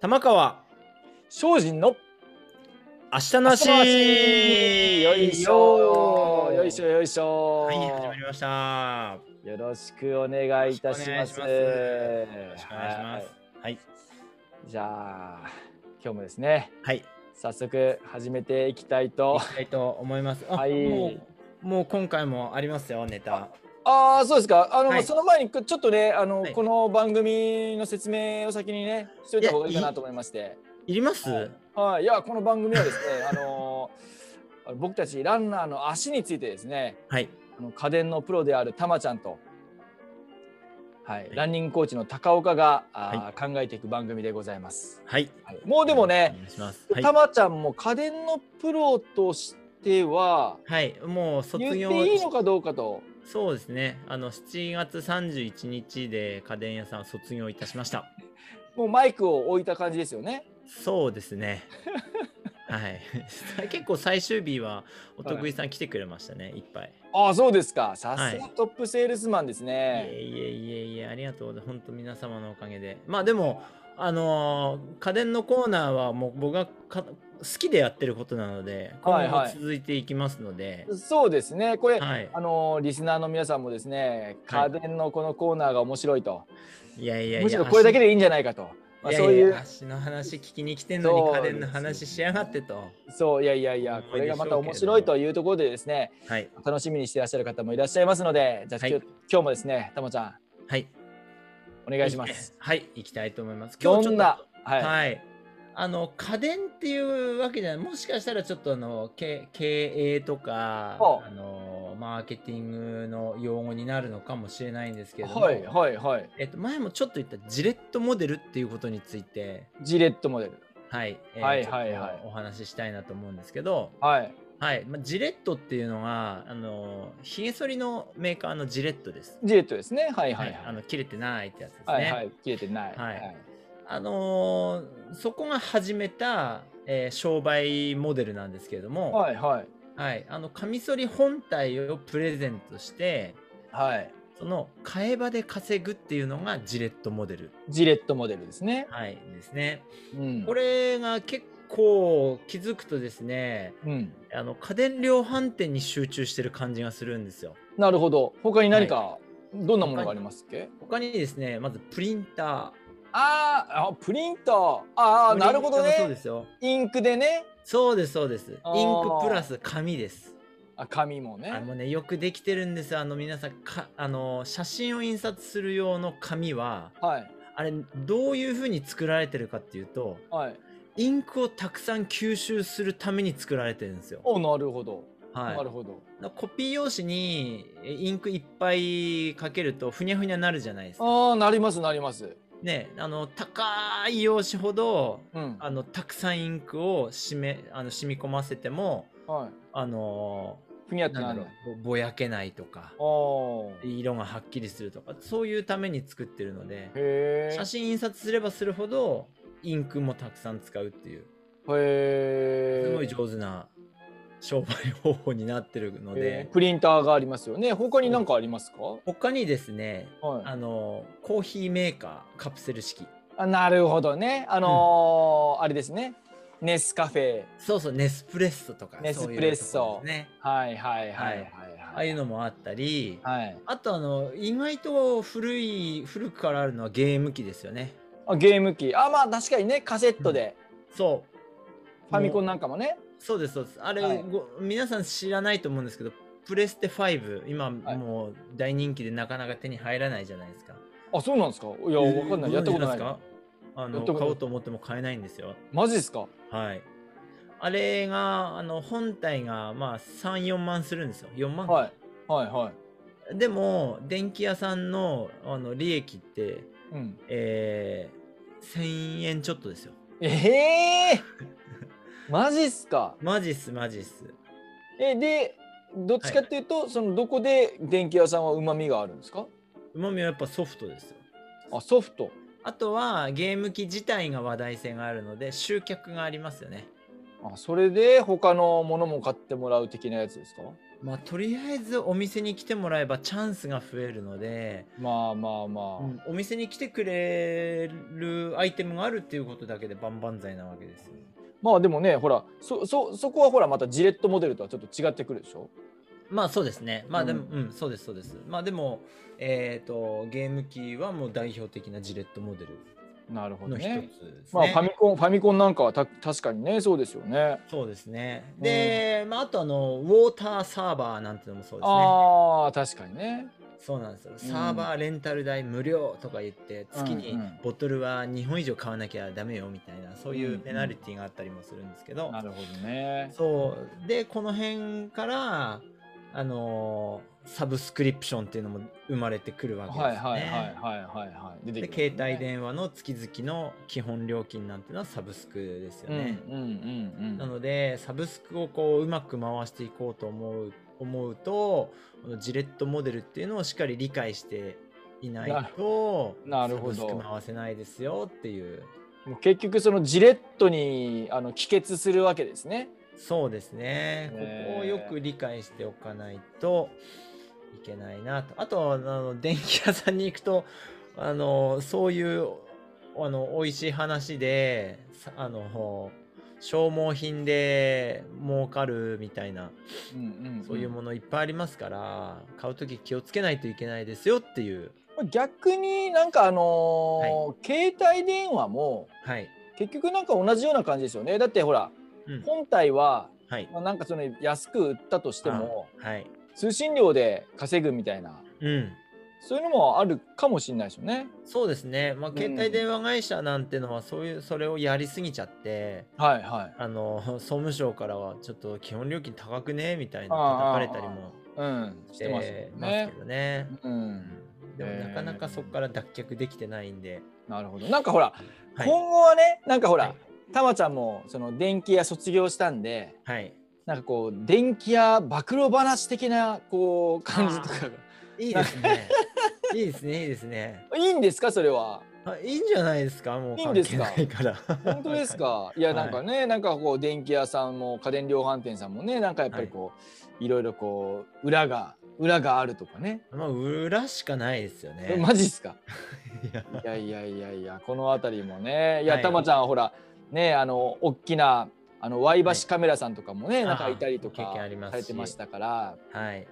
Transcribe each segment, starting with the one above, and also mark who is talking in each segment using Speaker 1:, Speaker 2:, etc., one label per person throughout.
Speaker 1: 玉川
Speaker 2: 精進の
Speaker 1: 明日の足
Speaker 2: 明日の足よいしょよいしょよいしょ、
Speaker 1: はい始まりました
Speaker 2: よろしくお願いいたします
Speaker 1: よろしくお願いしますはい
Speaker 2: はいじゃあ今日もですね
Speaker 1: はい
Speaker 2: 早速始めていきたい
Speaker 1: 行
Speaker 2: と
Speaker 1: きたいと思いますあ
Speaker 2: はい
Speaker 1: もうもう今回もありますよネタ
Speaker 2: ああそうですかあの、
Speaker 1: はい
Speaker 2: その前にちょっとねあの、
Speaker 1: はい
Speaker 2: この番組の説明を先にねしといた方がいいかなと思いまして
Speaker 1: いります
Speaker 2: はい、いやこの番組はですねあのあの僕たちランナーの足についてですね
Speaker 1: はい
Speaker 2: あの家電のプロであるたまちゃんと、はい
Speaker 1: い
Speaker 2: ランニングコーチの高岡が、
Speaker 1: は
Speaker 2: あー考えていく番組でございます。
Speaker 1: はい
Speaker 2: はいもうでも
Speaker 1: お
Speaker 2: ね、
Speaker 1: 願いします
Speaker 2: た
Speaker 1: は
Speaker 2: まちゃんも家電のプロとしてはい
Speaker 1: はいもう卒
Speaker 2: 言っ
Speaker 1: 業
Speaker 2: ていいのかどうかと。
Speaker 1: そうですねあの7月31日で家電屋さんを卒業いたしました
Speaker 2: もうマイクを置いた感じですよね。
Speaker 1: そうですね。 はい。結構最終日はお得意さん来てくれましたね、いっぱい。
Speaker 2: ああ、そうですか。さす
Speaker 1: は
Speaker 2: がトップセールスマンです
Speaker 1: い
Speaker 2: ね。
Speaker 1: えいえいえいえ、ありがとうございます。本当皆様のおかげで。まあでも、あのー家電のコーナーはもう僕がか好きでやってることなので、今
Speaker 2: はい
Speaker 1: 後も
Speaker 2: はい
Speaker 1: 続いていきますので、
Speaker 2: そうですね。これ、
Speaker 1: はい。
Speaker 2: あのリスナーの皆さんもですね、
Speaker 1: は
Speaker 2: 家
Speaker 1: い
Speaker 2: 電のこのコーナーが面白いと、
Speaker 1: いやいやいや、
Speaker 2: むしろこれだけ
Speaker 1: で、
Speaker 2: でいいんじゃないかと、まあ、
Speaker 1: い
Speaker 2: そ
Speaker 1: や
Speaker 2: う
Speaker 1: い
Speaker 2: いう
Speaker 1: や、足の話聞きに来てんの
Speaker 2: そう
Speaker 1: に家電の
Speaker 2: ですよ
Speaker 1: 話しやがってと。
Speaker 2: そういやいやいやこれがまた面白いというところでですね
Speaker 1: はい。
Speaker 2: 楽しみにしていらっしゃる方もいらっしゃいますのでじゃあ、
Speaker 1: はい
Speaker 2: 今日今日もですねたまちゃん
Speaker 1: はい。
Speaker 2: お願いします。
Speaker 1: はい、行きたいと思います。今日ち
Speaker 2: ど
Speaker 1: ょっ
Speaker 2: ん
Speaker 1: と
Speaker 2: なはい、
Speaker 1: はい。あの家電っていうわけじゃないもしかしたらちょっとあのけ経営とか
Speaker 2: ほう
Speaker 1: あのマーケティングの用語になるのかもしれないんですけれども、
Speaker 2: はいはいはい
Speaker 1: えっと、前もちょっと言ったジレットモデルっていうことについて、
Speaker 2: ジレットモデル
Speaker 1: はいえー
Speaker 2: はいはいはい
Speaker 1: ちょっとお話ししたいなと思うんですけど、
Speaker 2: はい
Speaker 1: はいまあ、ジレットっていうのがあのひげ剃りのメーカーのジレットです。
Speaker 2: ジレットですねはいは
Speaker 1: はいい、あ
Speaker 2: はい
Speaker 1: の切れてないってやつですね。
Speaker 2: はいはい切れてない
Speaker 1: はいあのーそこが始めた、えー商売モデルなんですけれども、はい
Speaker 2: はいはい
Speaker 1: あのカミソリ本体をプレゼントして
Speaker 2: はい
Speaker 1: その替え場で稼ぐっていうのがジレットモデル、
Speaker 2: ジレットモデルですね。
Speaker 1: はい、ですね。
Speaker 2: うん、
Speaker 1: これが結構気づくとですね
Speaker 2: うん、
Speaker 1: あの家電量販店に集中してる感じがするんですよ。
Speaker 2: なるほど他に何か、どんなものがありますっけ
Speaker 1: 他にですねまずプリンタ
Speaker 2: あーあプリンターあ
Speaker 1: ー
Speaker 2: あなるほど
Speaker 1: プリンターもそうで
Speaker 2: ね
Speaker 1: すよ
Speaker 2: インクでね
Speaker 1: そうですそうですイン
Speaker 2: あー
Speaker 1: クプラス紙です。
Speaker 2: あ紙も
Speaker 1: あ
Speaker 2: ね
Speaker 1: のねよくできてるんですよあの皆さんかあの写真を印刷する用の紙は
Speaker 2: はい
Speaker 1: あれどういう風に作られてるかっていうと
Speaker 2: はい
Speaker 1: インクをたくさん吸収するために作られてるんですよ。
Speaker 2: おなるほど、
Speaker 1: はい、
Speaker 2: なるほど
Speaker 1: だからコピー用紙にえインクいっぱいかけるとふにゃふにゃなるじゃないですか。
Speaker 2: ああなりますなります
Speaker 1: ねあの高い用紙ほど
Speaker 2: うん
Speaker 1: あのたくさんインクを染めあの染み込ませても
Speaker 2: はい
Speaker 1: あの
Speaker 2: ふにゃって
Speaker 1: な
Speaker 2: なん
Speaker 1: だろ
Speaker 2: る
Speaker 1: うぼぼやけないとか。
Speaker 2: おー
Speaker 1: 色がはっきりするとかそういうために作ってるので
Speaker 2: へえ
Speaker 1: 写真印刷すればするほどインクもたくさん使うっていう
Speaker 2: へ
Speaker 1: す
Speaker 2: え
Speaker 1: ごい上手な商売方法になってるので
Speaker 2: プリンターがありますよね他に何かありますか
Speaker 1: 他にですね
Speaker 2: はい
Speaker 1: あのコーヒーメーカーカプセル式
Speaker 2: あなるほどねあのーあれですねネスカフェ
Speaker 1: そうそうネスプレッソとか
Speaker 2: ネスプレッソ
Speaker 1: そういうところですね
Speaker 2: はいはいはいはい
Speaker 1: はいああいうのもあったり
Speaker 2: はい
Speaker 1: あとあの意外と古い古くからあるのはゲーム機ですよね
Speaker 2: あゲーム機あまあ確かにねカセットで、
Speaker 1: そう
Speaker 2: ファミコンなんかもね
Speaker 1: そうですそうですあれ、
Speaker 2: はい
Speaker 1: ご皆さん知らないと思うんですけどプレステ5今
Speaker 2: はい
Speaker 1: もう大人気でなかなか手に入らないじゃないですか、
Speaker 2: あそうなんですかいや
Speaker 1: い
Speaker 2: わかんないやったことない
Speaker 1: かあ
Speaker 2: やっ
Speaker 1: の
Speaker 2: たことない
Speaker 1: 買おうと思っても買えないんですよ
Speaker 2: マジですか
Speaker 1: はいあれがあの本体がまあ34万するんですよ4万か、
Speaker 2: はいはいはい
Speaker 1: でも電気屋さんのあの利益って
Speaker 2: うん
Speaker 1: えー、1000円ちょっとですよ
Speaker 2: え えー、マジっすか
Speaker 1: マジっすマジっす
Speaker 2: えでどっちかっていうと、そのどこで電気屋さんはうまみがあるんですか
Speaker 1: うまみはやっぱソフトですよ
Speaker 2: あソフト
Speaker 1: あとはゲーム機自体が話題性があるので集客がありますよね。
Speaker 2: あそれで他のものも買ってもらう的なやつですか
Speaker 1: まあとりあえずお店に来てもらえばチャンスが増えるので、
Speaker 2: まあまあまあ、
Speaker 1: うんお店に来てくれるアイテムがあるっていうことだけで万々歳なわけですよ
Speaker 2: まあでもねほらそそそこはほらまたジレットモデルとはちょっと違ってくるでしょ
Speaker 1: まあそうですねまあでも
Speaker 2: う
Speaker 1: うん、そうですそうですまあでもえっ、とゲーム機はもう代表的なジレットモデル
Speaker 2: なるほど
Speaker 1: の一つです
Speaker 2: ね
Speaker 1: ね
Speaker 2: まあファミコンファミコンなんかはた確かにねそうですよね
Speaker 1: そうですねで、まああとあのウォーターサーバーなんてのもそうですね
Speaker 2: ああ確かにね
Speaker 1: そうなんですよサーバーレンタル代無料とか言って月
Speaker 2: う
Speaker 1: に
Speaker 2: んうん
Speaker 1: ボトルは2本以上買わなきゃダメよみたいなそうい
Speaker 2: んう
Speaker 1: うんペナルティがあったりもするんですけど、
Speaker 2: なるほどね
Speaker 1: そうでこの辺からあのーサブスクリプションっていうのも生まれてくるわけですね。
Speaker 2: はいはいはいはいはいはい出て
Speaker 1: で
Speaker 2: きますね
Speaker 1: 携帯電話の月々の基本料金なんてのはサブスクですよ
Speaker 2: うん
Speaker 1: ね。
Speaker 2: うんうんうん
Speaker 1: なのでサブスクをこううまく回していこうと思う思うとこのジレットモデルっていうのをしっかり理解していないと
Speaker 2: ななるほど
Speaker 1: サブスク回せないですよっていう
Speaker 2: もう結局そのジレットにあの帰結するわけですね。
Speaker 1: そうですね
Speaker 2: ね
Speaker 1: ここをよく理解しておかないといけないなとあとあの電気屋さんに行くとあのそういうあの美味しい話でさあの消耗品で儲かるみたいなそういうも
Speaker 2: の。
Speaker 1: のいっぱいありますから、買うとき気をつけないといけないですよっていう。
Speaker 2: 逆になんかあのー携帯電話も
Speaker 1: はい。
Speaker 2: 結局なんか同じような感じですよね。だってほら、
Speaker 1: うん
Speaker 2: 本体は
Speaker 1: はい。
Speaker 2: まあなんかその安く売ったとしても
Speaker 1: はい。
Speaker 2: 通信料で稼ぐみたいな
Speaker 1: うん。
Speaker 2: そういうのもあるかもしれないですよね。
Speaker 1: そうですね。まあ
Speaker 2: う、ん
Speaker 1: 携帯電話会社なんてのは、そういう、それをやりすぎちゃって、
Speaker 2: はいはい。
Speaker 1: あの、 総務省からは、ちょっと基本料金高くねみたいな
Speaker 2: ああ
Speaker 1: 叩かれたりも
Speaker 2: うん。し
Speaker 1: してて
Speaker 2: ま
Speaker 1: ますす
Speaker 2: よ
Speaker 1: け
Speaker 2: ね。
Speaker 1: どね。
Speaker 2: うん。
Speaker 1: でも、なかなかそこから脱却できてないんで。
Speaker 2: なるほど。なんかほら、
Speaker 1: はい。
Speaker 2: 今後はね、なんかほ
Speaker 1: は
Speaker 2: ら
Speaker 1: い、
Speaker 2: たまちゃんもその電気屋卒業したんで。
Speaker 1: はい。
Speaker 2: なんかこう電気屋暴露話的なこう感じとか
Speaker 1: いいです ね。いいですね。いいですね。
Speaker 2: がいいんですかそ れは
Speaker 1: あ、いいんじゃないですか。もう
Speaker 2: いいん
Speaker 1: 関
Speaker 2: です
Speaker 1: 係
Speaker 2: か
Speaker 1: ないから。
Speaker 2: 本当ですかいやなんかね、なんかこう電気屋さんも家電量販店さんもねなんかやっぱりこう、い、ろいろこう裏が裏があるとかね
Speaker 1: まあ、裏しかないですよ ね。
Speaker 2: マジっすか
Speaker 1: いや
Speaker 2: いやいやいやいやこの辺りもねいや
Speaker 1: はい
Speaker 2: たまちゃんはほらねあの大きなあのワイバシカメラさんとかもね、
Speaker 1: い
Speaker 2: なんかいたりと
Speaker 1: あ
Speaker 2: か
Speaker 1: ー経験ありますし
Speaker 2: されてましたから、
Speaker 1: はい。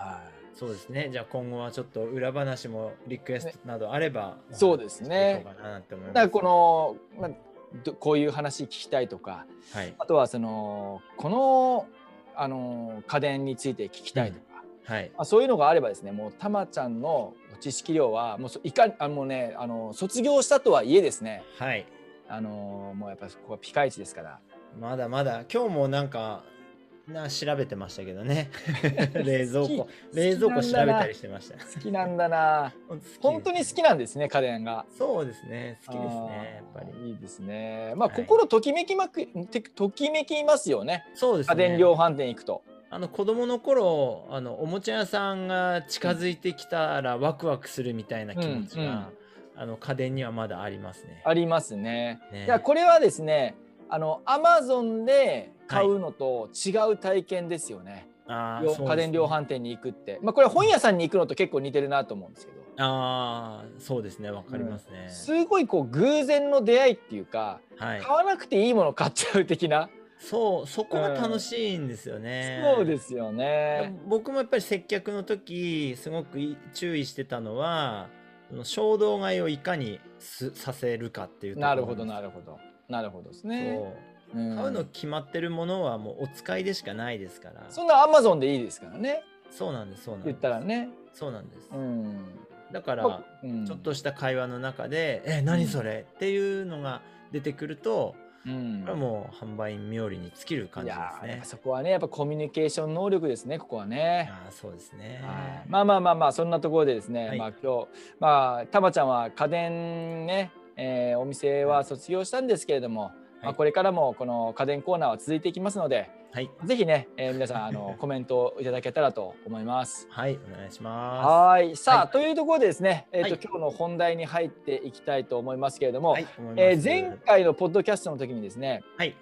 Speaker 2: はい
Speaker 1: そうですね。じゃあ今後はちょっと裏話もリクエストなどあれば、
Speaker 2: そうですね
Speaker 1: お話ししていこうかなって思います。
Speaker 2: だからこの、まあ、どこういう話聞きたいとか
Speaker 1: はい
Speaker 2: あとはそのこのあの家電について聞きたいとか、
Speaker 1: はい
Speaker 2: まあ、そういうのがあればですねもうたまちゃんの知識量はもうそいかあもうねあの卒業したとはいえですね
Speaker 1: はい。
Speaker 2: あのもうやっぱここはピカイチですから
Speaker 1: まだまだ今日もなんかな調べてましたけど ね。冷蔵庫
Speaker 2: 好き
Speaker 1: 冷蔵庫調べたり
Speaker 2: 好
Speaker 1: してました。
Speaker 2: きなんだな
Speaker 1: 好きです
Speaker 2: 本当に好きなんですね家電が。
Speaker 1: そうですね。好きですね。やっ
Speaker 2: あ
Speaker 1: ぱり。
Speaker 2: ーいいですね。まあ、
Speaker 1: はい
Speaker 2: 心ときめきまく、てときめきますよね。
Speaker 1: そうです
Speaker 2: 家
Speaker 1: ね。
Speaker 2: 電量販店行くと。
Speaker 1: あの子供の頃あのおもちゃ屋さんが近づいてきたらワクワクするみたいな気持ちが、
Speaker 2: うんうん
Speaker 1: あの家電にはまだありますね。
Speaker 2: ありますね。
Speaker 1: ね
Speaker 2: いやこれはですね、あのアマゾンで買うのと違う体験ですよね。
Speaker 1: あーそう
Speaker 2: よ
Speaker 1: ですね
Speaker 2: 家電量販店に行くって、まあこれは本屋さんに行くのと結構似てるなと思うんですけど、
Speaker 1: ああそうですねわかりますね、
Speaker 2: すごいこう偶然の出会いっていうか、
Speaker 1: はい
Speaker 2: 買わなくていいもの買っちゃう的な、
Speaker 1: そうそこが楽しいんですよね、
Speaker 2: そうですよね。
Speaker 1: 僕もやっぱり接客の時すごくい注意してたのはその衝動買いをいかにすさせるかっていうところ
Speaker 2: なるほどな
Speaker 1: る
Speaker 2: るほどなるほどです
Speaker 1: ほ
Speaker 2: ね。うん
Speaker 1: 買うの決まってるものはもうお使いでしかないですから
Speaker 2: そんなアマゾンでいいですからね。
Speaker 1: そうなんですそうなんです
Speaker 2: 言ったらね、
Speaker 1: そうなんです、
Speaker 2: うん、
Speaker 1: だから、
Speaker 2: まあうん
Speaker 1: ちょっと、した会話の中で「え何それ?」っていうのが出てくると
Speaker 2: うん、
Speaker 1: これはもう販売員冥利に尽きる感
Speaker 2: い
Speaker 1: じで
Speaker 2: や
Speaker 1: す
Speaker 2: ーやっ
Speaker 1: ね
Speaker 2: ぱ。そこはねやっぱコミュニケーション能力ですねここはね。
Speaker 1: ああそうですね。
Speaker 2: はいまあまあまあまあそんなところでですね、
Speaker 1: はい
Speaker 2: まあ今日まあたまちゃんは家電ね、えーお店は卒業したんですけれども、まあ、これからもこの家電コーナーは続いていきますので
Speaker 1: はい、
Speaker 2: ぜひね、えー皆さん あのコメントをいただけたらと思います。
Speaker 1: はい、お願いしま
Speaker 2: はいさあ、
Speaker 1: はい
Speaker 2: というところでですね、えーと
Speaker 1: はい
Speaker 2: 今日の本題に入っていきたいと思いますけれども、
Speaker 1: す。はい、思います
Speaker 2: えー前回のポッドキャストの時にですね
Speaker 1: はい、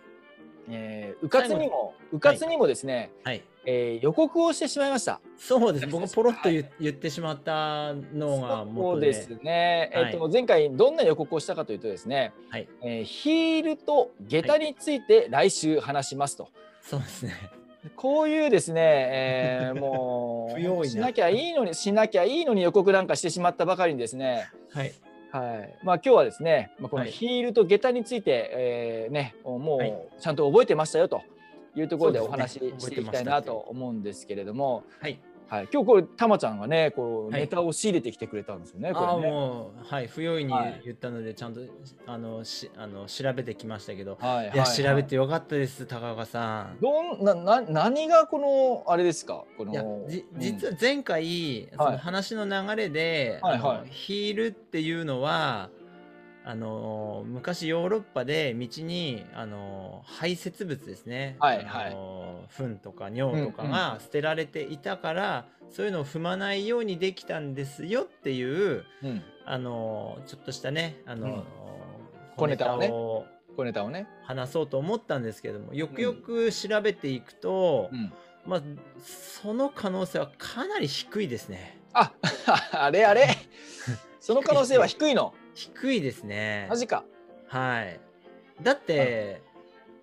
Speaker 2: えー、うかつにもうかつにもですね、
Speaker 1: はい。
Speaker 2: えー予告をしてしまいました。
Speaker 1: そうです。
Speaker 2: はい
Speaker 1: 僕ポロッと言,、言ってしまったのが
Speaker 2: そう
Speaker 1: 元で。
Speaker 2: ですね、
Speaker 1: はい
Speaker 2: えっと前回どんな予告をしたかというとですね、
Speaker 1: はい。
Speaker 2: えーヒールと下駄について来週話しますと、
Speaker 1: そうですね。
Speaker 2: こういうですね、え ーも
Speaker 1: 不用意
Speaker 2: う
Speaker 1: な
Speaker 2: しなきゃいいのにしなきゃいいのに予告なんかしてしまったばかりにですね、
Speaker 1: はい。
Speaker 2: はいまあ、今日はですね、まあ、この
Speaker 1: はい
Speaker 2: ヒールと下駄について、えーね、も
Speaker 1: はいう
Speaker 2: ちゃんと覚えてましたよというところで
Speaker 1: そう
Speaker 2: お
Speaker 1: で
Speaker 2: 話
Speaker 1: す
Speaker 2: し
Speaker 1: ね
Speaker 2: していきたいなと思うんですけれども、
Speaker 1: はい。
Speaker 2: はい、今日これたまちゃんがねこう
Speaker 1: はい
Speaker 2: ネタを仕入れてきてくれたんですよね。
Speaker 1: ああ
Speaker 2: これね
Speaker 1: もうはい不用意に
Speaker 2: はい
Speaker 1: 言ったのでちゃんと、あのしあの調べてきましたけど。
Speaker 2: はい
Speaker 1: いや、
Speaker 2: はい
Speaker 1: 調べてよかったです高岡さん。
Speaker 2: どんなな何がこのあれですかこの
Speaker 1: いやじ実
Speaker 2: は、
Speaker 1: は前回、その話の流れで、
Speaker 2: はいはい
Speaker 1: あのヒールっていうのはあの昔ヨーロッパで道にあの排泄物ですね、
Speaker 2: はいはい
Speaker 1: あの糞とか尿とかが捨てられていたから、そういうのを踏まないようにできたんですよっていう
Speaker 2: うんうん
Speaker 1: あのちょっとしたねあの、
Speaker 2: うん
Speaker 1: 小ネタ
Speaker 2: 小ネタ
Speaker 1: を
Speaker 2: このネタをね、
Speaker 1: 話そうと思ったんですけどもよくよく調べていくと。
Speaker 2: うん、
Speaker 1: まあ、その可能性はかなり低いですね。
Speaker 2: あ あれあれその可能性は低い の
Speaker 1: 低いですね。
Speaker 2: マジか
Speaker 1: はい。だって、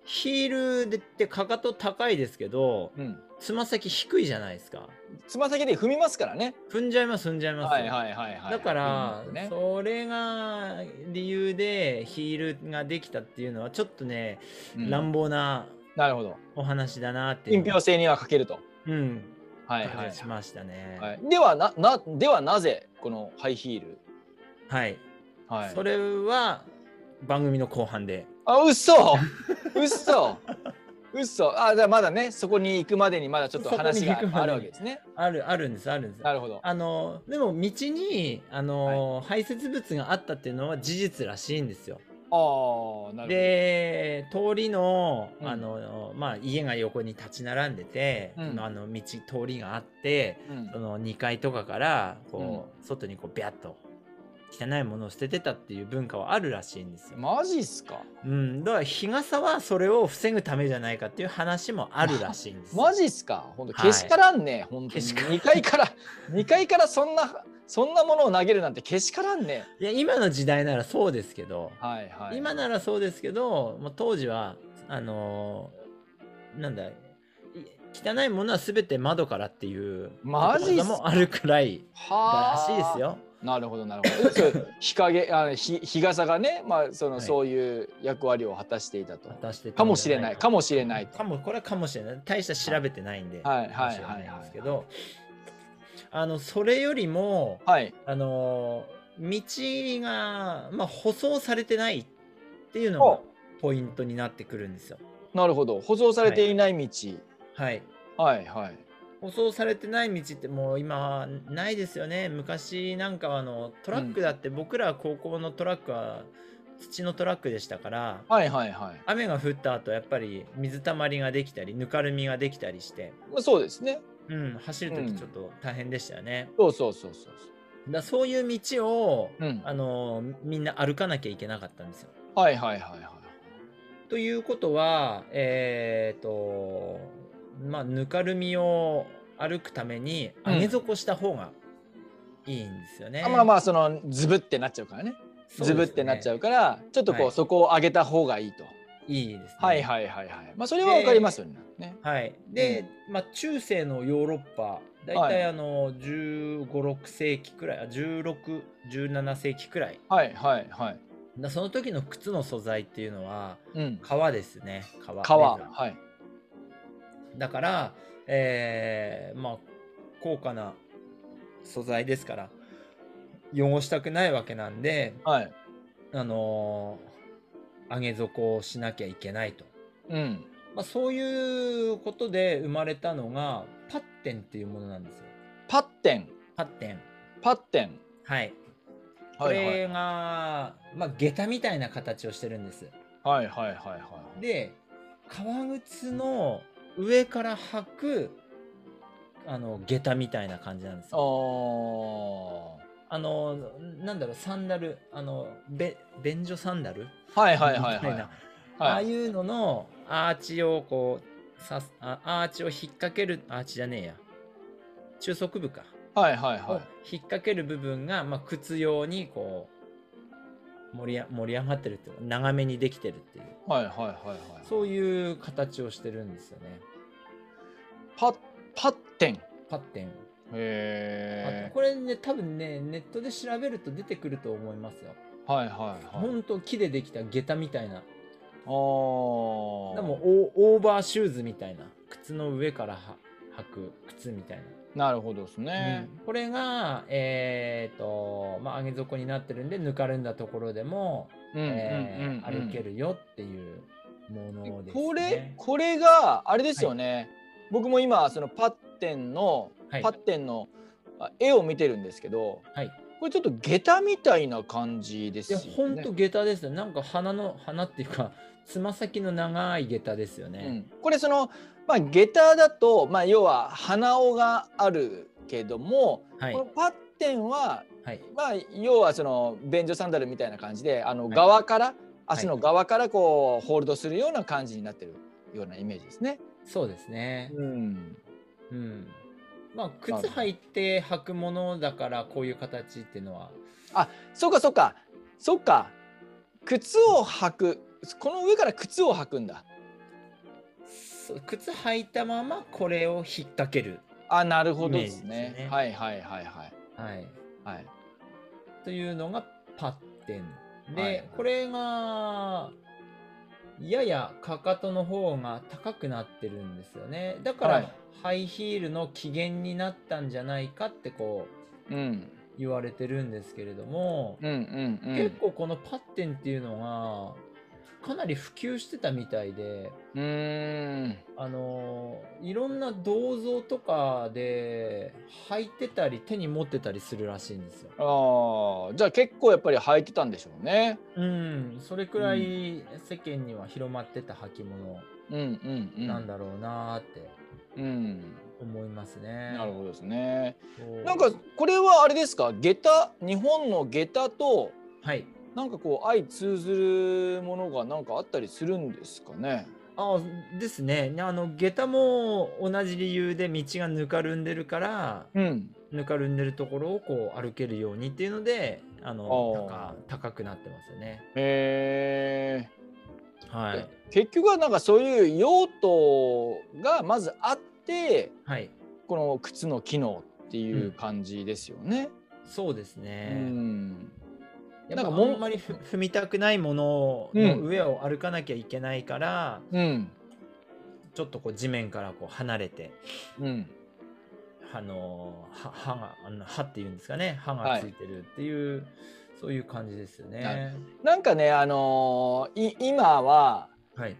Speaker 1: ヒールでってかかと高いですけど、
Speaker 2: うん
Speaker 1: つま先低いじゃないですか。
Speaker 2: つま先で踏みますからね
Speaker 1: 踏んじゃいます、踏んじゃいます。
Speaker 2: はいはいはいはい
Speaker 1: だから、
Speaker 2: うんね
Speaker 1: それが理由でヒールができたっていうのはちょっとね、
Speaker 2: うん
Speaker 1: 乱暴な
Speaker 2: なるほど
Speaker 1: お話だなっていう
Speaker 2: 信
Speaker 1: の
Speaker 2: 憑
Speaker 1: は、
Speaker 2: 性には欠けると
Speaker 1: うん、
Speaker 2: はいは
Speaker 1: 感
Speaker 2: い
Speaker 1: じしましたね。
Speaker 2: はい、ではななではなぜこのハイヒール
Speaker 1: はい、
Speaker 2: はい
Speaker 1: それは番組の後半で。
Speaker 2: あ嘘 嘘嘘あじゃあまだねそこに行くまでにまだちょっと話が
Speaker 1: そこに行くまでに
Speaker 2: あるわけですね
Speaker 1: あるあるんですあるんです
Speaker 2: なるほど
Speaker 1: あのでも道にあの、排泄物があったっていうのは事実らしいんですよ。
Speaker 2: ああなるほど
Speaker 1: で通りの
Speaker 2: うん
Speaker 1: あの、まあ、家が横に立ち並んでて、
Speaker 2: うん
Speaker 1: あの道通りがあって
Speaker 2: うん
Speaker 1: その2階とかからこう、外にこうビャッと汚いものを捨ててたっていう文化はあるらしいんですよ。
Speaker 2: マジっすか
Speaker 1: うん、だから日傘はそれを防ぐためじゃないかっていう話もあるらしいんですよ。
Speaker 2: マジっすか本当
Speaker 1: はい
Speaker 2: けしからんね、本当
Speaker 1: け
Speaker 2: に
Speaker 1: しからん
Speaker 2: 2階から2階からそんなそんなものを投げるなんてけしからんね
Speaker 1: いや今の時代ならそうですけど。
Speaker 2: はいはい
Speaker 1: 今ならそうですけど、まあ、当時はあのーなんだい汚いものは全て窓からっていう
Speaker 2: マジっす
Speaker 1: ことわざもあるくらい
Speaker 2: は
Speaker 1: ら
Speaker 2: あ
Speaker 1: しいですよ。
Speaker 2: なるほどなるほどそう日陰あの日日傘がねまあその、
Speaker 1: はい
Speaker 2: そういう役割を果たしていたと
Speaker 1: 果たしてた
Speaker 2: か
Speaker 1: んじゃ
Speaker 2: もしれないかもしれないと
Speaker 1: かもこれはかもしれない大した調べてないんで、
Speaker 2: はい
Speaker 1: かも
Speaker 2: はい
Speaker 1: しれ
Speaker 2: は
Speaker 1: ないいん
Speaker 2: は
Speaker 1: です
Speaker 2: い
Speaker 1: けどあのそれよりも
Speaker 2: はい
Speaker 1: あのー道が、まあ、舗装されてないっていうのが
Speaker 2: ほ
Speaker 1: ポイントになってくるんですよ。
Speaker 2: なるほど舗装されていない道
Speaker 1: はい
Speaker 2: はいはい
Speaker 1: 舗装されてない道ってもう今ないですよね昔なんかはあのトラックだって僕ら高校のトラックは土のトラックでしたから
Speaker 2: はいはいはい
Speaker 1: 雨が降った後やっぱり水たまりができたりぬかるみができたりして、
Speaker 2: まあそうですね
Speaker 1: うん、走る
Speaker 2: う
Speaker 1: 時
Speaker 2: ん
Speaker 1: ちょっと大変でしたよね、
Speaker 2: そうそうそうそう
Speaker 1: だからそういう道を、
Speaker 2: うん
Speaker 1: あのみんな歩かなきゃいけなかったんですよ。
Speaker 2: はいはいはいはい
Speaker 1: ということはえっ、とまあぬかるみを歩くために
Speaker 2: うん
Speaker 1: 上げ底した方がいいんですよね。
Speaker 2: あまあまあそのズブってなっちゃうからねズブってなっちゃう
Speaker 1: か
Speaker 2: からちょっとこう、
Speaker 1: はい
Speaker 2: そこを上げた方がいいと
Speaker 1: ら。いいですね。
Speaker 2: はいはいはいはいまあそれはわかりますよね、ね
Speaker 1: はい。で、まあ中世のヨーロッパ、だいた
Speaker 2: はいい
Speaker 1: あの15、6世紀くらい、あ16、17世紀くらい。
Speaker 2: はいはいはい
Speaker 1: だその時の靴の素材っていうのは
Speaker 2: うん
Speaker 1: 革ですね。革。
Speaker 2: 川
Speaker 1: レザー
Speaker 2: はい
Speaker 1: だから、えーまあ高価な素材ですから汚したくないわけなんで、
Speaker 2: はい
Speaker 1: あのー上げ底をしなきゃいけないと。
Speaker 2: うん
Speaker 1: まあ、そういうことで生まれたのがパッテンっていうものなんですよ。
Speaker 2: パッテン
Speaker 1: パッテン。
Speaker 2: パッテン
Speaker 1: はい。こ
Speaker 2: はいはい
Speaker 1: れが、まあ、下駄みたいな形をしてるんです。
Speaker 2: はいはいはいはい
Speaker 1: で、革靴の上から履く、あの、下駄みたいな感じなんです
Speaker 2: あ
Speaker 1: よ。
Speaker 2: ー
Speaker 1: あの、なんだろう、サンダル、あの、べ、便所サンダル
Speaker 2: はいはいはいはい
Speaker 1: みたいな
Speaker 2: はい
Speaker 1: ああいうのの、アーチをこうさすあアーチを引っ掛けるアーチじゃねえや中足部か、
Speaker 2: はいはいはい。
Speaker 1: 引っ掛ける部分が、まあ、靴用にこう盛りあ盛り上がってるっていうか長めにできてるっていう
Speaker 2: はいはいはいはい。
Speaker 1: そういう形をしてるんですよね
Speaker 2: パッパッテン。
Speaker 1: パッテン、パッテン
Speaker 2: へえ。
Speaker 1: これね多分ねネットで調べると出てくると思いますよ、
Speaker 2: はいはいはい。
Speaker 1: ほんと木でできた下駄みたいな
Speaker 2: あー
Speaker 1: でもオオーバーシューズみたいな靴の上からは履く靴みたいな
Speaker 2: なるほどですね。
Speaker 1: これが、えーとまあ、上げ底になってるんでぬかるんだところでも、
Speaker 2: うんうん
Speaker 1: えー
Speaker 2: うんうん
Speaker 1: 歩けるよっていうものです、ね、
Speaker 2: これこれがあれですよね。僕も今そのパッテンの、
Speaker 1: はい
Speaker 2: パッテンのあ絵を見てるんですけど、
Speaker 1: はい
Speaker 2: これちょっと下駄みたいな感じで
Speaker 1: い
Speaker 2: す
Speaker 1: や
Speaker 2: よ
Speaker 1: ほん
Speaker 2: ね。
Speaker 1: と下駄ですねなんか鼻の鼻っていうかつま先の長い下駄ですよ
Speaker 2: う
Speaker 1: ね、
Speaker 2: んこれそのまあ下駄だとまあ要は鼻緒があるけども、
Speaker 1: はい
Speaker 2: このパッテンは
Speaker 1: はい
Speaker 2: まあ要はその便所サンダルみたいな感じであの
Speaker 1: い
Speaker 2: 側から、足の側からこうホールドするような感じになってるようなイメージですね。
Speaker 1: そうですね
Speaker 2: うん、
Speaker 1: うんまあ靴履いて履くものだからこういう形っていうのは
Speaker 2: そうかそうかそうか靴を履くこの上から靴を履くんだ。
Speaker 1: そう靴履いたままこれを引っ掛ける
Speaker 2: あなるほどです
Speaker 1: イメージ
Speaker 2: ね
Speaker 1: ですね
Speaker 2: はいはいはいはい
Speaker 1: はい
Speaker 2: はい。
Speaker 1: というのがパッテンで、
Speaker 2: はい
Speaker 1: これがややかかとの方が高くなってるんですよねだから、
Speaker 2: はい
Speaker 1: ハイヒールの起源になったんじゃないかってこう
Speaker 2: うん
Speaker 1: 言われてるんですけれども、
Speaker 2: うんうんうん。
Speaker 1: 結構このパッテンっていうのがかなり普及してたみたいで
Speaker 2: うーん
Speaker 1: あのいろんな銅像とかで履いてたり手に持ってたりするらしいんですよ。
Speaker 2: ああじゃあ結構やっぱり履いてたんでしょうね。
Speaker 1: うん、それくらい世間には広まってた履物
Speaker 2: うんうんうん。
Speaker 1: なんだろうなーって
Speaker 2: うん。
Speaker 1: 思いますね。
Speaker 2: なるほどですね。
Speaker 1: そう
Speaker 2: なんかこれはあれですか下駄日本の下駄と
Speaker 1: はい。
Speaker 2: なんかこう相通ずるものがなんかあったりするんですかね。
Speaker 1: あですね。あの下駄も同じ理由で道がぬかるんでるから、
Speaker 2: うん。
Speaker 1: ぬかるんでるところをこう歩けるようにっていうので、あの
Speaker 2: あ
Speaker 1: 高高くなってますよね。
Speaker 2: へえ。
Speaker 1: はい。
Speaker 2: 結局はなんかそういう用途がまずあって
Speaker 1: はい。
Speaker 2: この靴の機能っていう感じですよね。
Speaker 1: そうです
Speaker 2: う
Speaker 1: ね。
Speaker 2: ん。
Speaker 1: やっぱ
Speaker 2: なんかもう
Speaker 1: あんまりふ踏みたくないものの上を歩かなきゃいけないから、
Speaker 2: うん。
Speaker 1: ちょっとこう地面からこう離れて
Speaker 2: うん。
Speaker 1: あのーは歯があの歯っていうんですかね歯がついてるっていう、そういう感じですよね。
Speaker 2: なんかねあのーい今は
Speaker 1: はい、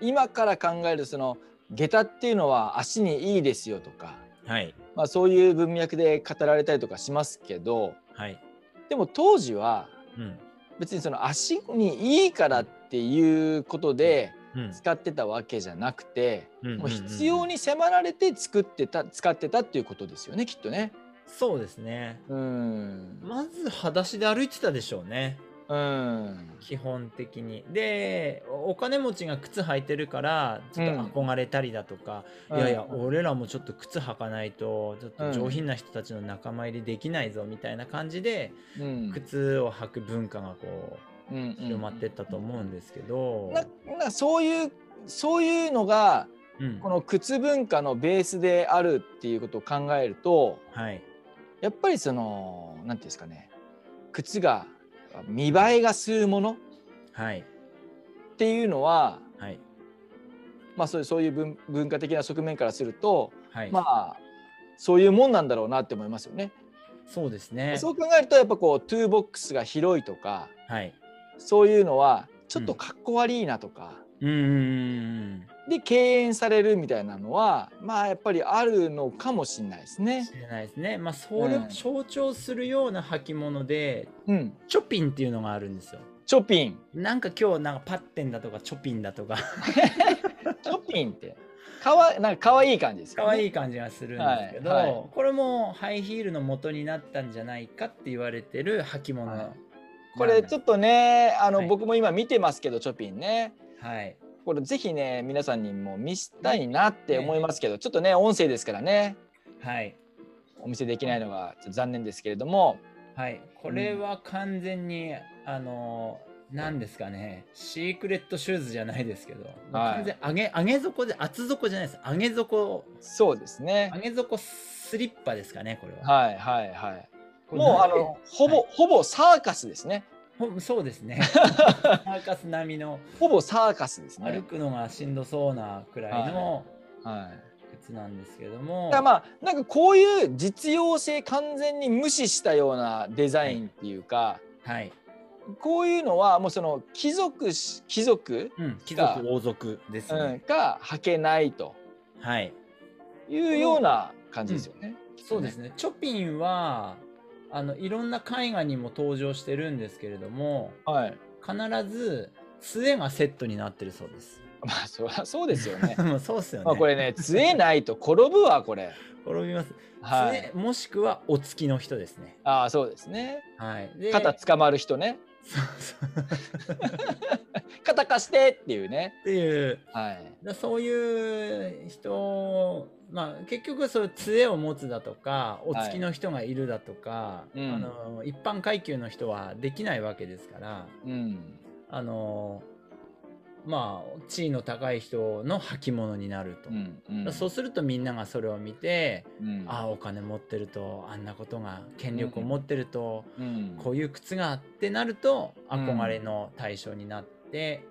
Speaker 2: 今から考えるその下駄っていうのは足にいいですよとか、
Speaker 1: はい、
Speaker 2: まあ、そういう文脈で語られたりとかしますけど
Speaker 1: はい、
Speaker 2: でも当時は
Speaker 1: うん、
Speaker 2: 別にその足にいいからっていうことで
Speaker 1: うん、
Speaker 2: 使ってたわけじゃなくて
Speaker 1: うん
Speaker 2: もう必要
Speaker 1: に、
Speaker 2: に迫られて作ってた使ってたっていうことですよねきっとね。
Speaker 1: そうですね。
Speaker 2: うん、
Speaker 1: まず裸足で歩いてたでしょうね。
Speaker 2: うん
Speaker 1: 基本的に。で、おお金持ちが靴履いてるから、ちょっと憧れたりだとか、いやいや、俺らもちょっと靴履かないと、ちょっと上品な人たちの仲間入りできないぞみたいな感じで、
Speaker 2: うん
Speaker 1: 靴を履く文化がこ
Speaker 2: うんうん
Speaker 1: う、広まってったと思うんですけど、
Speaker 2: ななそういうそういうのが
Speaker 1: うん
Speaker 2: この靴文化のベースであるっていうことを考えると
Speaker 1: はい。
Speaker 2: やっぱりその何ていうんですかね靴が見栄えがするものっ
Speaker 1: はい。
Speaker 2: ていうのは、
Speaker 1: はい。
Speaker 2: まあ、そういうそういう文文化的な側面からすると、
Speaker 1: はい。
Speaker 2: まあそういうもんなんだろうなって思いますよね。
Speaker 1: そうですね。
Speaker 2: そう考えるとやっぱこうトゥーボックスが広いとか
Speaker 1: はい。
Speaker 2: そういうのはちょっとかっこ悪いなとか、
Speaker 1: うんうんうん
Speaker 2: で敬遠されるみたいなのはまあやっぱりあるのかもしれないです
Speaker 1: うん。
Speaker 2: ね
Speaker 1: 知。れないですね。まあ、それを象徴するような履物で、
Speaker 2: うん、
Speaker 1: チョピンっていうのがあるんですよ。
Speaker 2: チョピン
Speaker 1: なんか今日、なんかパッテンだとか、チョピンだとか、
Speaker 2: チョピンってかわなんか可愛い感じですよ
Speaker 1: 可愛
Speaker 2: ね。
Speaker 1: い感じがするんですけど、
Speaker 2: はいはい
Speaker 1: これもハイヒールの元になったんじゃないかって言われてる履物。
Speaker 2: はいこれちょっとねあの、
Speaker 1: はい
Speaker 2: 僕も今見てますけどチョピンね
Speaker 1: はい。
Speaker 2: これぜひね皆さんにも見したいなって思いますけど、ちょっとね音声ですからね
Speaker 1: はい。
Speaker 2: お見せできないのがちょっと残念ですけれども
Speaker 1: はい。これは完全に、あの、なんですかね、シークレットシューズじゃないですけど、もう完全上げ、上げ底で、厚底じゃないです。上げ底、
Speaker 2: そうですね
Speaker 1: 上げ底スリッパですかね、これは。
Speaker 2: はいはいはい
Speaker 1: これ
Speaker 2: もうあ
Speaker 1: なん
Speaker 2: のほぼ、
Speaker 1: は
Speaker 2: ほぼサーカスですね
Speaker 1: ほそうです ね。サーカス並みの、
Speaker 2: ほぼサーカスです
Speaker 1: 歩
Speaker 2: ね
Speaker 1: くのがしんどそうなくらいの
Speaker 2: はい
Speaker 1: 靴なんですけども。
Speaker 2: だからまあなんかこういう実用性完全に無視したようなデザインっていうか、
Speaker 1: はい。
Speaker 2: こういうのはもうその貴族し貴族、
Speaker 1: うん。貴族、王族です
Speaker 2: うん、
Speaker 1: ね。
Speaker 2: が履けないと
Speaker 1: はい。
Speaker 2: いうような感じですよね。
Speaker 1: そうですね。チョピンは、あの、いろんな絵画にも登場してるんですけれども、
Speaker 2: はい。
Speaker 1: 必ず杖がセットになってるそう です。。
Speaker 2: まあそりゃそうですよね
Speaker 1: もうそうっすよね。
Speaker 2: まあこれね杖ないと転ぶわこれ。
Speaker 1: 転びます。
Speaker 2: はい。
Speaker 1: 杖もしくはお付きの人ですね。
Speaker 2: ああそうですね。
Speaker 1: はい。で
Speaker 2: 肩捕まる人ね。
Speaker 1: そうそう。
Speaker 2: 肩貸してっていうね。
Speaker 1: っていう。
Speaker 2: はい。
Speaker 1: だそういう人、まあ、結局そういう杖を持つだとかお付きの人がいるだとか、
Speaker 2: うん
Speaker 1: あの一般階級の人はできないわけですから
Speaker 2: うん。
Speaker 1: あの、まあ、地位の高い人の履物になると、
Speaker 2: うん。うん。
Speaker 1: だそうするとみんながそれを見て、
Speaker 2: うん。
Speaker 1: ああお金持ってるとあんなことが権力を持ってると、
Speaker 2: うん。
Speaker 1: こういう靴がってなると
Speaker 2: うん
Speaker 1: 憧れの対象になって、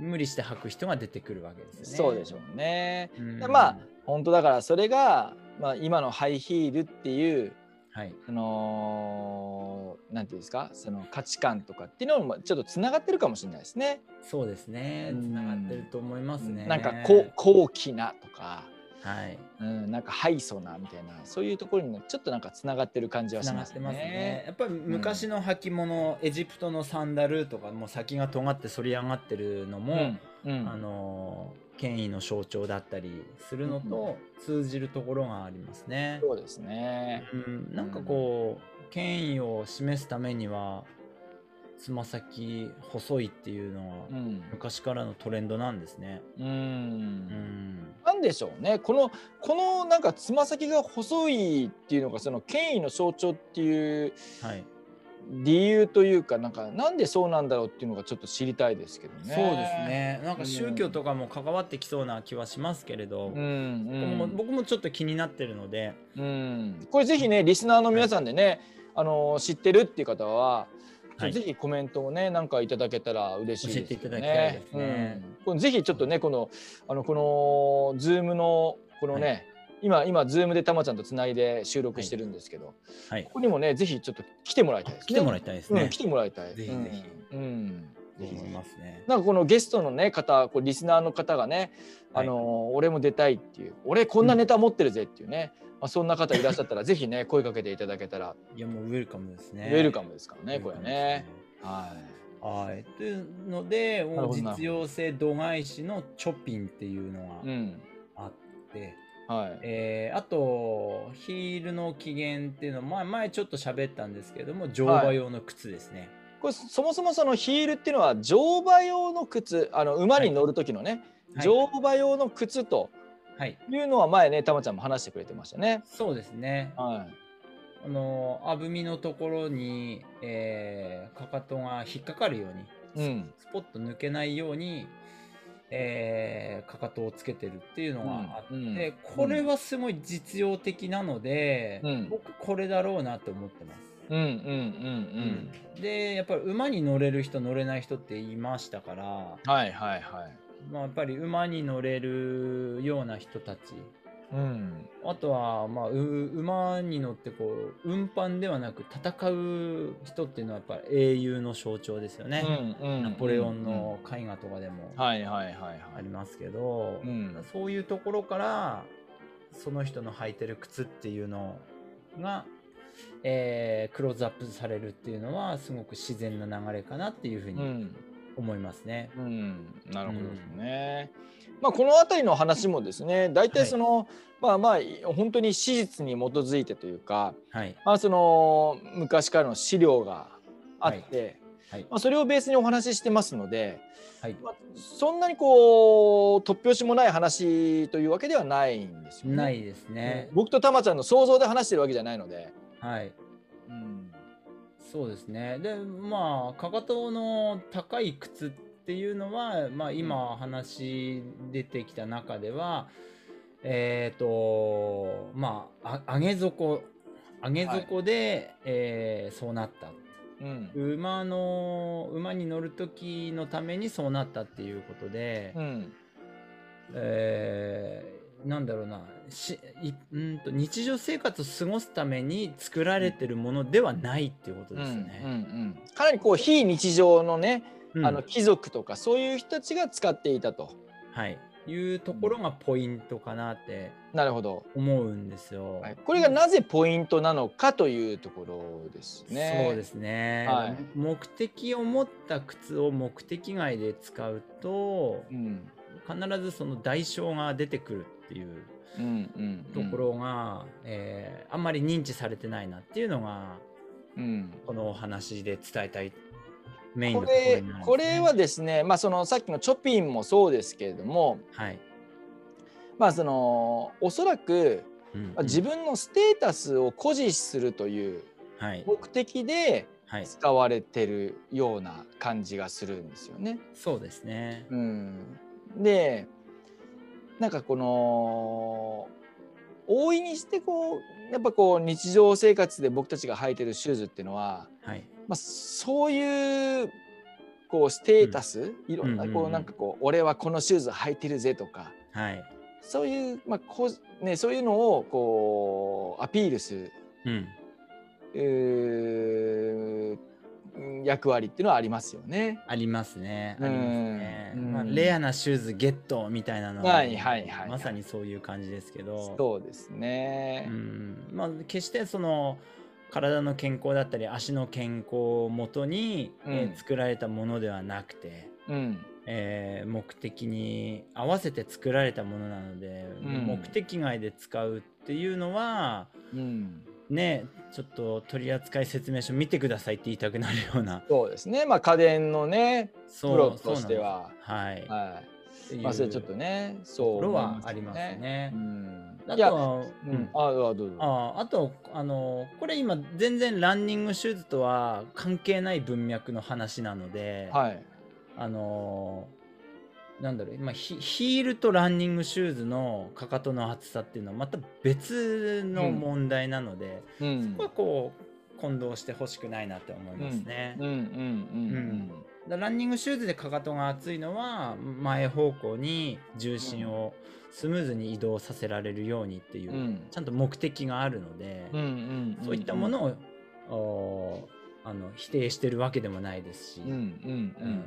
Speaker 1: 無理して履く人が出てくるわけですよね。
Speaker 2: そうでしょうね。
Speaker 1: うん
Speaker 2: でまあ本当だからそれが、まあ、今のハイヒールっていう、
Speaker 1: はい、
Speaker 2: あのーなんていうんですかその価値観とかっていうのもちょっとつながってるかもしれないですね。
Speaker 1: そうですね。
Speaker 2: うん
Speaker 1: つながってると思いますね。
Speaker 2: なんかこう高貴なとか、
Speaker 1: はい、
Speaker 2: うん、なんか敗訴なみたいなそういうところにもちょっとなんかつながってる感じは
Speaker 1: つな
Speaker 2: し
Speaker 1: が
Speaker 2: ま
Speaker 1: っ
Speaker 2: す
Speaker 1: てますね
Speaker 2: ね。。
Speaker 1: やっぱり昔の履物、エジプトのサンダルとかもう先が尖って反り上がってるのも、
Speaker 2: うんうん
Speaker 1: あのー権威の象徴だったりするのと通じるところがありますね。
Speaker 2: そうですね。
Speaker 1: うん、なんかこう権威を示すためにはつま先細いっていうのは
Speaker 2: うん、
Speaker 1: 昔からのトレンドなんですね。
Speaker 2: う、
Speaker 1: うんん、
Speaker 2: なんでしょうねこのこのなんかつま先が細いっていうのがその権威の象徴っていう
Speaker 1: はい。
Speaker 2: 理由というかなんかなんでそうなんだろうっていうのがちょっと知りたいですけどね。
Speaker 1: そうです。ね。なんか宗教とかも関わってきそうな気はしますけれど、
Speaker 2: う
Speaker 1: 僕も
Speaker 2: ん
Speaker 1: 僕もちょっと気になってるので、
Speaker 2: うん、うん、これぜひねリスナーの皆さんでね、あの知ってるっていう方は、
Speaker 1: はい
Speaker 2: ぜひコメントをねなんかいただけたら嬉しいです
Speaker 1: 教
Speaker 2: よね。
Speaker 1: えていただきたいですね
Speaker 2: うん、これぜひちょっとねこのあのこのズームのこのね、
Speaker 1: は
Speaker 2: 今今ズームでたまちゃんとつないで収録してるんですけど、
Speaker 1: はい
Speaker 2: こ、こにもねぜひちょっと来てもらいたいですね。
Speaker 1: 来てもらい
Speaker 2: い
Speaker 1: たいです
Speaker 2: たい、
Speaker 1: ね。
Speaker 2: うん、来てもらいたい。
Speaker 1: ぜひぜ
Speaker 2: ひ。うん、
Speaker 1: と思いますね。
Speaker 2: なんかこのゲストのね方こうリスナーの方がね、
Speaker 1: はい
Speaker 2: あの俺も出たいっていう俺こんなネタ持ってるぜっていうね、まあ、そんな方いらっしゃったらぜひね声かけていただけたら
Speaker 1: いやもうウェルカムです
Speaker 2: ウ
Speaker 1: ね。
Speaker 2: ェルカムですから
Speaker 1: ム
Speaker 2: ねこれね。。は
Speaker 1: はい。というので、
Speaker 2: るほどなるほど
Speaker 1: 実用性度外視のチョピンっていうの
Speaker 2: い、う
Speaker 1: が
Speaker 2: ん
Speaker 1: あって、
Speaker 2: はい
Speaker 1: えーあと、ヒールの起源っていうのは、前前ちょっと喋ったんですけども、乗馬用の靴ですね。
Speaker 2: これそもそもそのヒールっていうのは乗馬用の靴あの馬に乗る時のね、
Speaker 1: はい
Speaker 2: 乗馬用の靴と
Speaker 1: はい。
Speaker 2: いうのは前ねたまちゃんも話してくれてましたね。
Speaker 1: そうですね。
Speaker 2: は
Speaker 1: あの、あぶみのところに、えーかかとが引っかかるよう
Speaker 2: い、う
Speaker 1: に、
Speaker 2: ん
Speaker 1: スポッと抜けないように、えーかかとをつけてるっていうのがあって、
Speaker 2: うんうん
Speaker 1: これはすごい実用的なので、
Speaker 2: うん
Speaker 1: 僕これだろうなと思ってます。
Speaker 2: うんうんうん
Speaker 1: でやっぱり馬に乗れる人乗れない人っていましたから、
Speaker 2: うんはいはいはい。
Speaker 1: まあ、やっぱり馬に乗れるような人たち
Speaker 2: うん
Speaker 1: あとは、まあ、う馬に乗ってこう運搬ではなく戦う人っていうのはやっぱり英雄の象徴ですよ
Speaker 2: う
Speaker 1: ね、
Speaker 2: んうん
Speaker 1: ナポレオンの絵画とかでも
Speaker 2: はいはいはい
Speaker 1: あ
Speaker 2: は
Speaker 1: り
Speaker 2: い。
Speaker 1: ますけど、
Speaker 2: うん
Speaker 1: そういうところからその人の履いてる靴っていうのが、えークローズアップされるっていうのはすごく自然な流れかなっていうふう
Speaker 2: う
Speaker 1: に
Speaker 2: ん、
Speaker 1: 思いますね。
Speaker 2: うん、なるほどですね。まあこの辺りの話もですね、大体その、まあまあ本当に史実に基づいてというか、
Speaker 1: はい
Speaker 2: まあその昔からの資料があって、
Speaker 1: はい
Speaker 2: まあ、それをベースにお話ししてますので、
Speaker 1: はい
Speaker 2: まあ、そんなにこう突拍子もない話というわけではないんですよね。
Speaker 1: ないですね。
Speaker 2: 僕とたまちゃんの想像で話してるわけじゃないので。
Speaker 1: はい。
Speaker 2: うん
Speaker 1: そうですね。で、まあ、かかとの高い靴っていうのは、まあ、今話出てきた中では、えっ、と、まあ、あ上げ底、上げ底で、えーそうなった。
Speaker 2: うん
Speaker 1: 馬の、馬に乗る時のためにそうなったっていうことで、
Speaker 2: うん
Speaker 1: えーなんだろうなしいうーんと日常生活を過ごすために作られてるものではないっていうこと
Speaker 2: うんう
Speaker 1: ですよ
Speaker 2: んう
Speaker 1: ね。
Speaker 2: んかなりこう非日常のね、
Speaker 1: うん
Speaker 2: あの貴族とかそういう人たちが使っていたと。
Speaker 1: はい、いうところがポイントかなって
Speaker 2: なるほど。
Speaker 1: 思うんですよ。
Speaker 2: はい、これがなぜポイントなのかというところですね。
Speaker 1: そうですね、
Speaker 2: はい
Speaker 1: 目的を持った靴を目的外で使うと
Speaker 2: うん
Speaker 1: 必ずその代償が出てくるっていう
Speaker 2: うんうん
Speaker 1: ところが、えーあんまり認知されてないなっていうのが
Speaker 2: うん
Speaker 1: このお話で伝えたいメインの
Speaker 2: こと
Speaker 1: ころにな
Speaker 2: れ
Speaker 1: るんですね
Speaker 2: これはですね、まあ、そのさっきのチョピンもそうですけれども、
Speaker 1: はい、
Speaker 2: まあ、そのおそらく
Speaker 1: うん
Speaker 2: まあ自分のステータスを誇示するという
Speaker 1: はい
Speaker 2: 目的で
Speaker 1: はい
Speaker 2: 使われてるような感じがするんですよね。
Speaker 1: そうですね
Speaker 2: うん、でなんかこの大いにしてこうやっぱこう日常生活で僕たちが履いてるシューズっていうのは、
Speaker 1: はい
Speaker 2: まあ、そういうこうステータス、いろんな
Speaker 1: うんうん
Speaker 2: こ
Speaker 1: う
Speaker 2: うんなんかこう俺はこのシューズ履いてるぜとか
Speaker 1: はい
Speaker 2: そういうまあこうねそういうのをこうアピールする
Speaker 1: うん
Speaker 2: うーん役割っていうのはありますよね。
Speaker 1: ありますね
Speaker 2: うん
Speaker 1: ありますね、
Speaker 2: うん
Speaker 1: まあ、レアなシューズゲットみたいなの
Speaker 2: はいはいはい
Speaker 1: まさにそういう感じですけど
Speaker 2: そうですね。
Speaker 1: うんまあ、決してその体の健康だったり足の健康をもとに、えー
Speaker 2: うん
Speaker 1: 作られたものではなくて、
Speaker 2: うん
Speaker 1: えー目的に合わせて作られたものなので、
Speaker 2: うん
Speaker 1: 目的外で使うっていうのは
Speaker 2: うん
Speaker 1: ねちょっと取扱説明書見てくださいって言いたくなるような
Speaker 2: そうですね。まあ家電のね、
Speaker 1: そ
Speaker 2: プロとしては、
Speaker 1: そうなんですはい、
Speaker 2: はい。
Speaker 1: ていう
Speaker 2: まあそれちょっとね、そう
Speaker 1: ところはあります
Speaker 2: 思い
Speaker 1: ね
Speaker 2: よね。うん。
Speaker 1: あ
Speaker 2: いや、
Speaker 1: と
Speaker 2: う
Speaker 1: はうん
Speaker 2: ん、あ、あどうぞ。
Speaker 1: ああとあのこれ今全然ランニングシューズとは関係ない文脈の話なので、
Speaker 2: はい。
Speaker 1: あのなんだろう今ヒヒールとランニングシューズのかかとの厚さっていうのはまた別の問題なので、
Speaker 2: うん、うん
Speaker 1: そこはこう混同してほしくないなって思いますね。
Speaker 2: うんうん
Speaker 1: だランニングシューズでかかとが厚いのは前方向に重心をスムーズに移動させられるようにっていう、
Speaker 2: うんうん
Speaker 1: ちゃんと目的があるので、
Speaker 2: うんうん
Speaker 1: そういったものを、おーあの否定してるわけでもないですし、
Speaker 2: うんうんう
Speaker 1: うんん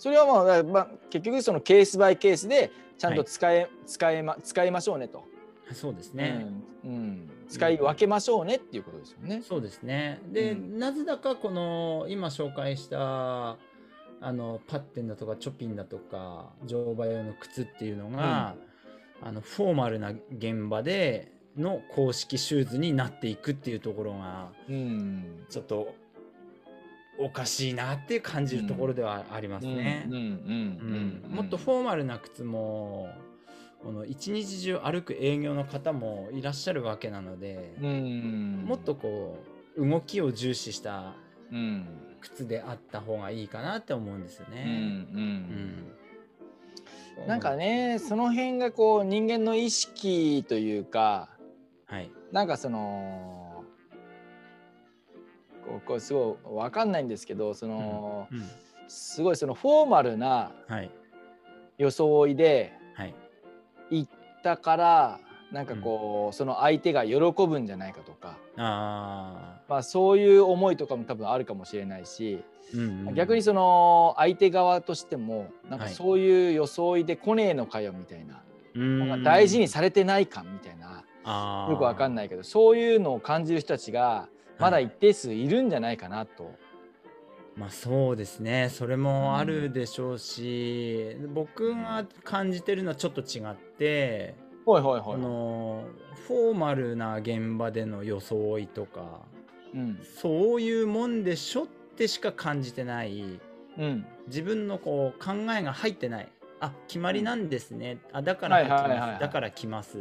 Speaker 2: それはまあだまあ結局そのケースバイケースでちゃん
Speaker 1: はい
Speaker 2: と使え、使えま使いましょうねと、
Speaker 1: そうですね、
Speaker 2: うんうん、使い分けましょうねっていうことですよね。
Speaker 1: そうですねで、
Speaker 2: うん
Speaker 1: なぜだかこの今紹介したあのパッテンだとかチョピンだとか乗馬用の靴っていうのが、あのフォーマルな現場での公式シューズになっていくっていうところが
Speaker 2: うん
Speaker 1: ちょっとおかしいなって感じるところではありますね。
Speaker 2: うんうんうんうん、
Speaker 1: もっとフォーマルな靴もこの一日中歩く営業の方もいらっしゃるわけなので、
Speaker 2: うん、
Speaker 1: もっとこう動きを重視した
Speaker 2: うん
Speaker 1: 靴であった方がいいかなって思うんですよ
Speaker 2: う
Speaker 1: ね。うんん
Speaker 2: なんか、ねその辺がこう人間の意識というか
Speaker 1: はい、
Speaker 2: なんかそのこうこうすごいわかんないんですけどその、
Speaker 1: うん、
Speaker 2: すごいそのフォーマルな
Speaker 1: はい
Speaker 2: 装いで
Speaker 1: はい
Speaker 2: 行ったからなんかこう、その相手が喜ぶんじゃないかとか、
Speaker 1: あ
Speaker 2: まあ、そういう思いとかも多分あるかもしれないし、
Speaker 1: ー、うんうん
Speaker 2: 逆にその相手側としてもなんか
Speaker 1: はい
Speaker 2: そういう装いで来ねえのかよみたいな,、
Speaker 1: うん
Speaker 2: なんか大事にされてない感みたいなよくわかん
Speaker 1: い
Speaker 2: ないけどそういうのを感じる人たちがまだ一定数いるんじゃないかなと。
Speaker 1: まあそうですねそれもあるでしょうし、僕が感じてるのはちょっと違って、
Speaker 2: ほいほいほい
Speaker 1: あ。のフォーマルな現場での装いとか
Speaker 2: うん
Speaker 1: そういうもんでしょっってしか感じてない
Speaker 2: うん
Speaker 1: 自分のこう考えが入ってないあ決まりなんですねあだから履きます、
Speaker 2: はいはいはいはい
Speaker 1: だから来ます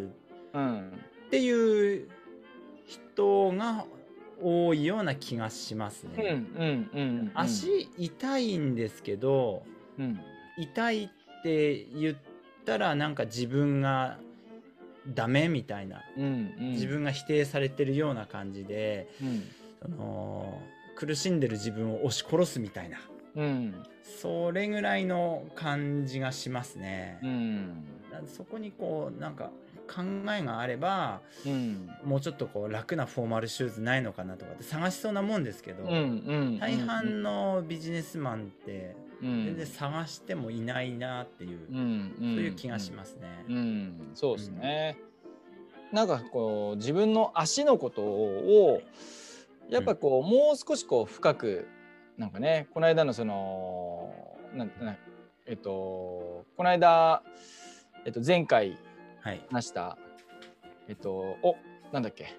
Speaker 2: うん
Speaker 1: っていう人が多いような気がします
Speaker 2: うんう
Speaker 1: ね。
Speaker 2: んうん
Speaker 1: 足痛いんですけど
Speaker 2: うん
Speaker 1: 痛いって言ったらなんか自分がダメみたいな
Speaker 2: うんうん
Speaker 1: 自分が否定されてるような感じで、
Speaker 2: うん
Speaker 1: その苦しんでる自分を押し殺すみたいな
Speaker 2: うん
Speaker 1: それぐらいの感じがしますね。
Speaker 2: うん
Speaker 1: だそこにこうなんか考えがあれば
Speaker 2: うん
Speaker 1: もうちょっとこう楽なフォーマルシューズないのかなとかって探しそうなもんですけど、
Speaker 2: うんうん
Speaker 1: 大半のビジネスマンって
Speaker 2: 全
Speaker 1: 全然探してもいないなっていう、
Speaker 2: うん
Speaker 1: そ
Speaker 2: ん
Speaker 1: ういう気がしますね。
Speaker 2: うん、そうですね。なんかこう自分の足のことをやっぱこう、もう少しこう深くなんかねこの間のそのなんなんえっとこの間、えっと、前回
Speaker 1: はい、
Speaker 2: 話したえっとおなんだっけ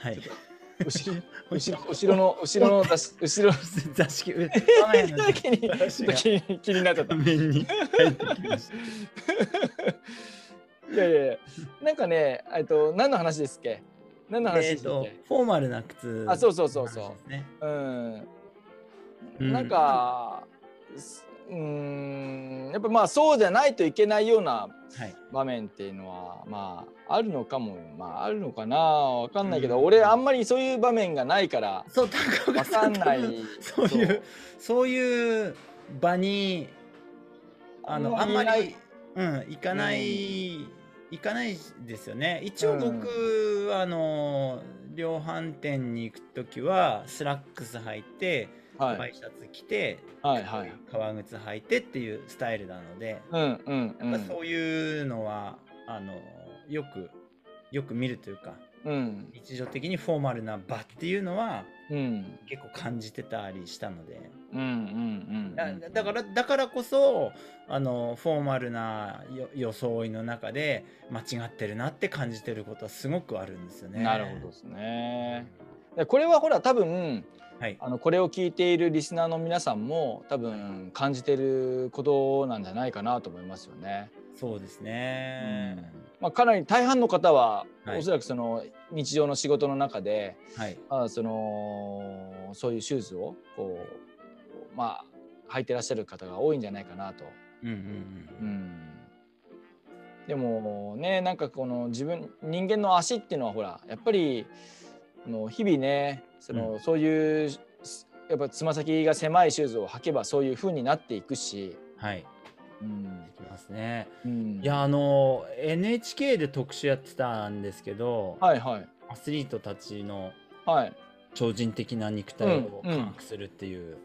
Speaker 1: はい、
Speaker 2: 後 ろ後ろ後ろの後ろの出し後ろの
Speaker 1: 座敷う
Speaker 2: 時に ちょっと気に気になっちゃった
Speaker 1: 画。面に入ってきまし
Speaker 2: いやいやいやなんかねえっと何の話ですっけ何の
Speaker 1: た。
Speaker 2: 話
Speaker 1: え
Speaker 2: で
Speaker 1: っ
Speaker 2: したっ
Speaker 1: と
Speaker 2: け、
Speaker 1: フォーマルな靴
Speaker 2: あそうそうそうそう
Speaker 1: の話ですね
Speaker 2: うん
Speaker 1: うん
Speaker 2: なんか、すうーん、やっぱまあそうじゃないといけないような
Speaker 1: はい
Speaker 2: 場面っていうのはまああるのかもまああるのかなわかんないけど、
Speaker 1: うん
Speaker 2: 俺あんまりそういう場面がないから
Speaker 1: そう高
Speaker 2: わ
Speaker 1: 岡
Speaker 2: か
Speaker 1: さ
Speaker 2: ん
Speaker 1: ん
Speaker 2: ない
Speaker 1: 多分 そういうそういう場にあの
Speaker 2: あ
Speaker 1: あ
Speaker 2: ん
Speaker 1: ん
Speaker 2: ま
Speaker 1: ま
Speaker 2: り
Speaker 1: りうん、行かない、行かないですよね一
Speaker 2: う
Speaker 1: 応
Speaker 2: ん
Speaker 1: 僕、あの量販店に行く時はスラックス履いて、
Speaker 2: そうは
Speaker 1: ワ
Speaker 2: い
Speaker 1: イシャツ着て、
Speaker 2: はいはい
Speaker 1: 革靴履いてっていうスタイルなので、
Speaker 2: うんうんう
Speaker 1: やっぱ
Speaker 2: ん
Speaker 1: そういうのはあのよくよく見るというか
Speaker 2: うん
Speaker 1: 日常的にフォーマルな場っていうのは
Speaker 2: うん
Speaker 1: 結構感じてたりしたので。
Speaker 2: うんうんう
Speaker 1: だ
Speaker 2: ん
Speaker 1: だからだからこそあのフォーマルなよ装いの中で間違ってるなって感じてることはすごくあるんですよね。
Speaker 2: なるほどですね。でこれはほら多分
Speaker 1: はい、
Speaker 2: あのこれを聞いているリスナーの皆さんも多分感じてることなんじゃないかなと思いますよね。
Speaker 1: そうですね。
Speaker 2: まあ、かなり大半の方は、
Speaker 1: はい
Speaker 2: おそらくその日常の仕事の中で、
Speaker 1: はい、
Speaker 2: まあ、そのそういうシューズをこう、まあ、履いてらっしゃる方が多いんじゃないかなと。
Speaker 1: うんうんう
Speaker 2: う
Speaker 1: ん。
Speaker 2: ん、でもねなんかこの自分人間の足っていうのはほらやっぱりあの日々ねその、
Speaker 1: うん
Speaker 2: そういうすやっぱつま先が狭いシューズを履けばそういう風になっていくし。
Speaker 1: はい、
Speaker 2: うん
Speaker 1: できますね。
Speaker 2: うん、
Speaker 1: いやあの NHK で特集やってたんですけど、
Speaker 2: はいはい
Speaker 1: アスリートたちの
Speaker 2: はい。
Speaker 1: 超人的な肉体を
Speaker 2: うんうん
Speaker 1: 科学するっていう、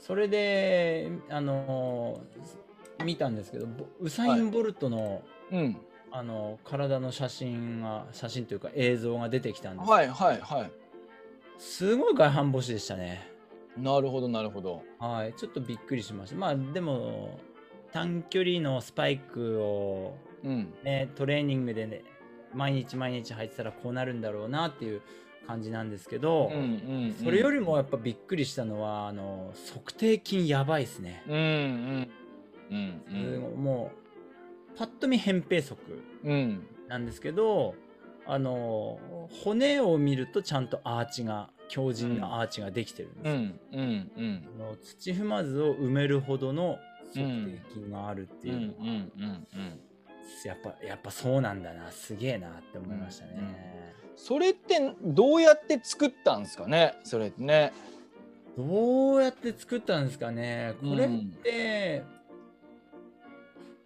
Speaker 1: それであの見たんですけどボウサイン・ボルトの、
Speaker 2: うん、
Speaker 1: あの体の写真が写真というか映像が出てきたんですけど
Speaker 2: はいはいはい。
Speaker 1: すごい外反母趾でしたね
Speaker 2: なるほどなるほど。
Speaker 1: はいちょっとびっくりしましたまあでも短距離のスパイクを、
Speaker 2: うん
Speaker 1: ね、トレーニングでね毎日毎日履いてたらこうなるんだろうなっていう感じなんですけど、
Speaker 2: うんうん、
Speaker 1: それよ
Speaker 2: り
Speaker 1: りもやっぱびっくりしたのはあの測定筋やばいですね、
Speaker 2: うんうんうんう
Speaker 1: す
Speaker 2: ん
Speaker 1: ごいもうパッと見扁平足
Speaker 2: うん
Speaker 1: なんですけどあの骨を見るとちゃんとアーチが強靭なアーチができてるんです
Speaker 2: う
Speaker 1: よ、
Speaker 2: んうんうん
Speaker 1: あの土踏まずを埋めるほどの測定筋があるって
Speaker 2: うんう
Speaker 1: いう、
Speaker 2: んうんうん。
Speaker 1: やっぱやっぱそうなんだなすげえなって思いましたね、
Speaker 2: それってどうやって作ったんですかねそれってね。
Speaker 1: どうやって作ったんですかねこれって、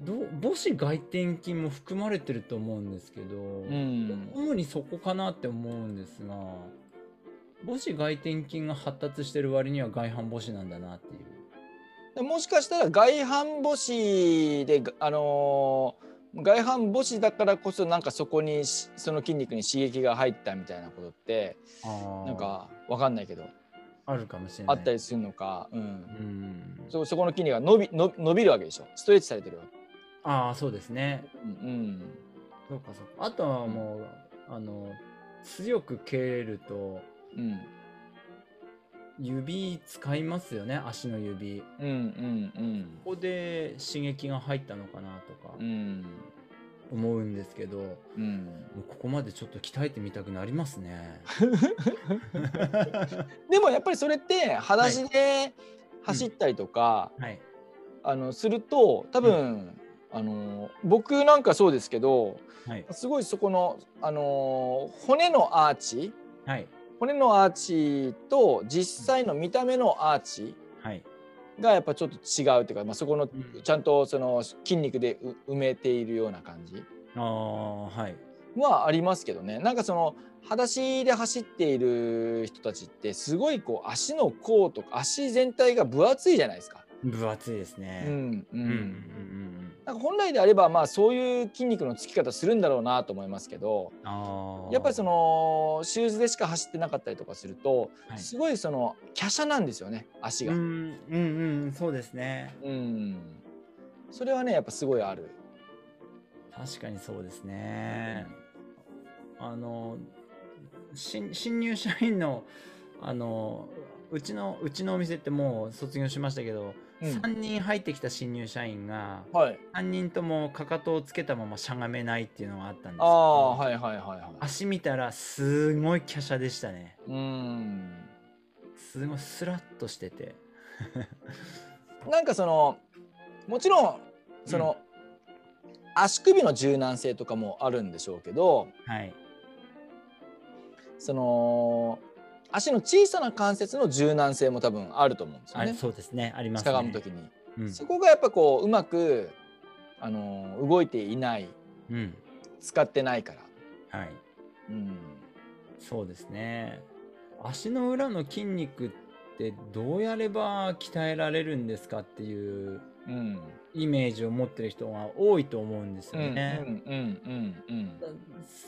Speaker 1: どう母子外転筋も含まれてると思うんですけど、
Speaker 2: ん
Speaker 1: 主にそこかなって思うんですが母子外転筋が発達してる割には外反母趾なんだなっていう
Speaker 2: もしかしたら外反母趾で、あのー外反母趾だからこそなんかそこにしその筋肉に刺激が入ったみたいなことってなんかわかんないけど
Speaker 1: あるかもしれな
Speaker 2: あ
Speaker 1: い
Speaker 2: ったりするのか、う、
Speaker 1: うんん
Speaker 2: そそこの筋肉が伸びの伸びるわけでしょストレッチされてるわけ。
Speaker 1: ああそうですね
Speaker 2: うん
Speaker 1: そうかそうかあとはもうあの強く蹴れると
Speaker 2: うんうん
Speaker 1: 指使いますよね足の指こ
Speaker 2: うんうん
Speaker 1: こで刺激が入ったのかなとか
Speaker 2: うんうん
Speaker 1: 思うんですけど、も
Speaker 2: うん
Speaker 1: うここまでちょっと鍛えてみたくなります ね
Speaker 2: でもやっぱりそれって裸足で走ったりとか、
Speaker 1: はい
Speaker 2: あのすると多分、あの僕なんかそうですけど
Speaker 1: はい
Speaker 2: すごいそこのあの骨のアーチ
Speaker 1: はい
Speaker 2: 骨のアーチと実際の見た目のアーチ
Speaker 1: はい
Speaker 2: がやっぱちょっと違うっていうか、まあ、そこの
Speaker 1: うん
Speaker 2: ちゃんとその筋肉でう埋めているような感じ
Speaker 1: ああはい
Speaker 2: はありますけどねなんかその裸足で走っている人たちってすごいこう足の甲とか足全体が分厚いじゃないですか。
Speaker 1: 分厚いですね、
Speaker 2: うんう
Speaker 1: うんうんうん
Speaker 2: ん
Speaker 1: うん
Speaker 2: なんか本来であればまあそういう筋肉のつき方するんだろうなと思いますけど
Speaker 1: あー
Speaker 2: やっぱりそ、のシューズでしか走ってなかったりとかすると
Speaker 1: はい
Speaker 2: すごいその華奢なんですよね足
Speaker 1: う
Speaker 2: が。
Speaker 1: んうんうんそうですね
Speaker 2: うんそれはねやっぱすごいある。
Speaker 1: 確かにそうですね、あの新新入社員のあのうちのうちのお店ってもう卒業しましたけど、
Speaker 2: うん
Speaker 1: 3人入ってきた新入社員が
Speaker 2: はい。
Speaker 1: 3人ともかかとをつけたまましゃがめないっていうのがあったんですけど
Speaker 2: ああはいはいはいはい。
Speaker 1: 足見たらすごい華奢でしたね
Speaker 2: うん。
Speaker 1: すごいスラッとしてて
Speaker 2: なんかそのもちろんその、足首の柔軟性とかもあるんでしょうけど
Speaker 1: はい
Speaker 2: その足の小さな関節の柔軟性も多分あると思うんですよ
Speaker 1: あれ
Speaker 2: ね。
Speaker 1: そうですねあります
Speaker 2: し
Speaker 1: ね
Speaker 2: ゃがむ時に、
Speaker 1: うん
Speaker 2: そこがやっぱこううまくあのー動いていない
Speaker 1: うん
Speaker 2: 使ってないから。
Speaker 1: はい
Speaker 2: うん
Speaker 1: そうですね。足の裏の筋肉ってどうやれば鍛えられるんですかっていう
Speaker 2: うん
Speaker 1: イメージを持ってる人が多いと思うんです
Speaker 2: う
Speaker 1: よ
Speaker 2: んうん
Speaker 1: ね。
Speaker 2: うんうん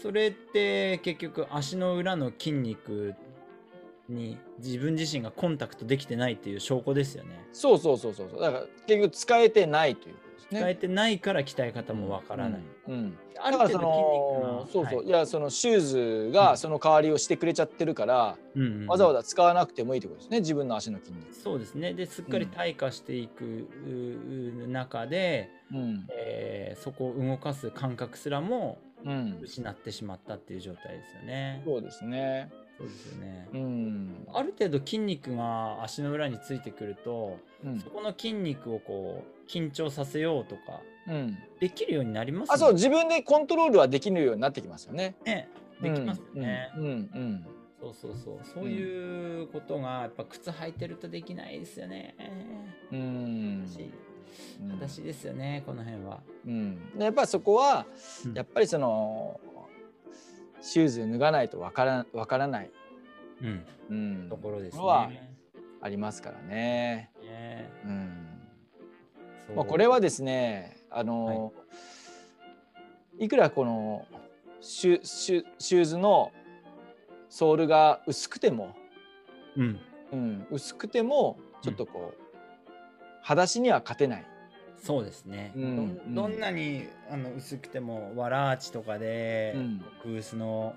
Speaker 1: それって結局足の裏の筋肉に自分自身がコンタクトできてないっていう証拠ですよね。
Speaker 2: そうそうそうそうそうだから結局使えてないということですね。
Speaker 1: 鍛えてないから鍛え方もわからない。
Speaker 2: うんうん
Speaker 1: あ
Speaker 2: だ
Speaker 1: る
Speaker 2: から
Speaker 1: 程度
Speaker 2: その
Speaker 1: 筋肉が
Speaker 2: そうそう、、
Speaker 1: はいい
Speaker 2: やそのシューズ
Speaker 1: う
Speaker 2: が
Speaker 1: ん
Speaker 2: その代わりをしてくれちゃってるから、
Speaker 1: うんうん
Speaker 2: わざわざ使わなくてもいいってことですね自分の足の筋肉。
Speaker 1: そうですね。ですっかり退化していくうう中で、
Speaker 2: うん
Speaker 1: えーそこを動かす感覚すらも
Speaker 2: うん、
Speaker 1: 失ってしまったっていう状態ですよね。
Speaker 2: そうですね。
Speaker 1: そうですよね。
Speaker 2: うん
Speaker 1: ある程度筋肉が足の裏についてくると、
Speaker 2: うん
Speaker 1: そこの筋肉をこう緊張させようとか
Speaker 2: うん、
Speaker 1: できるようになります
Speaker 2: あそう自分でコントロールはできるようになってきますよね。
Speaker 1: ね。できますよね。
Speaker 2: うんうん
Speaker 1: そうそうそう。そういうことがやっぱ靴履いてるとできないですよね。
Speaker 2: うんうん
Speaker 1: し
Speaker 2: うん
Speaker 1: 私ですよねこの辺は。
Speaker 2: うんでやっぱりそこは
Speaker 1: うん
Speaker 2: やっぱりそのシューズ脱がないとわからわからない、
Speaker 1: うん。
Speaker 2: うん、
Speaker 1: ところです
Speaker 2: ところは
Speaker 1: ね。
Speaker 2: ありますからね。
Speaker 1: ね
Speaker 2: うん
Speaker 1: そう
Speaker 2: まあ、これはですねあの、い、くらこのシュシュシューズのソールが薄くても、
Speaker 1: うん。
Speaker 2: うん、薄くてもちょっとこう、裸足には勝てない。
Speaker 1: そうですね、
Speaker 2: うん
Speaker 1: ど
Speaker 2: うん
Speaker 1: んどんなにあの薄くてもわらあちとかで、
Speaker 2: うん
Speaker 1: グースの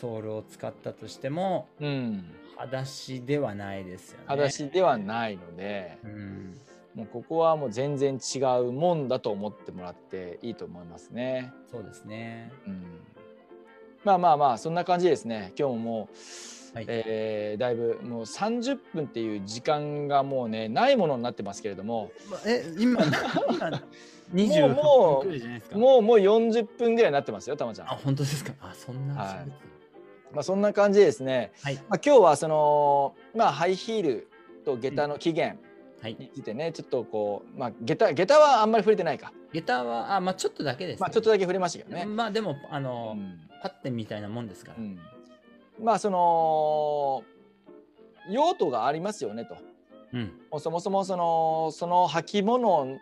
Speaker 1: ソールを使ったとしても
Speaker 2: うん、
Speaker 1: 裸足ではないですよね
Speaker 2: 裸足ではないので、
Speaker 1: うん
Speaker 2: もうここはもう全然違うもんだと思ってもらっていいと思いますね。
Speaker 1: そうですね
Speaker 2: うんまあまあまあそんな感じですね今日ももう、
Speaker 1: はい
Speaker 2: えーだいぶもう30分っていう時間がもうねないものになってますけれども
Speaker 1: え 今
Speaker 2: もうもう
Speaker 1: 分じゃないです
Speaker 2: もうもう40分ぐらいになってますよたまちゃん。
Speaker 1: あ本当ですかあそんな、
Speaker 2: はい
Speaker 1: そう
Speaker 2: まあ、そんな感じですね、
Speaker 1: はい
Speaker 2: まあ、今日はその、まあ、ハイヒールと下駄の起源
Speaker 1: はい
Speaker 2: についてね、ちょっとこう、まあ、下駄下駄はあんまり触れてないか、
Speaker 1: 下駄はあまあちょっとだけです、ね
Speaker 2: まあ、ちょっとだけ触れましたけどね。
Speaker 1: まあでもあ
Speaker 2: う
Speaker 1: の、
Speaker 2: ん
Speaker 1: パッテンみたいなもんですから、
Speaker 2: うんまあその用途がありますよねと。
Speaker 1: うん
Speaker 2: もうそもそもそのその履物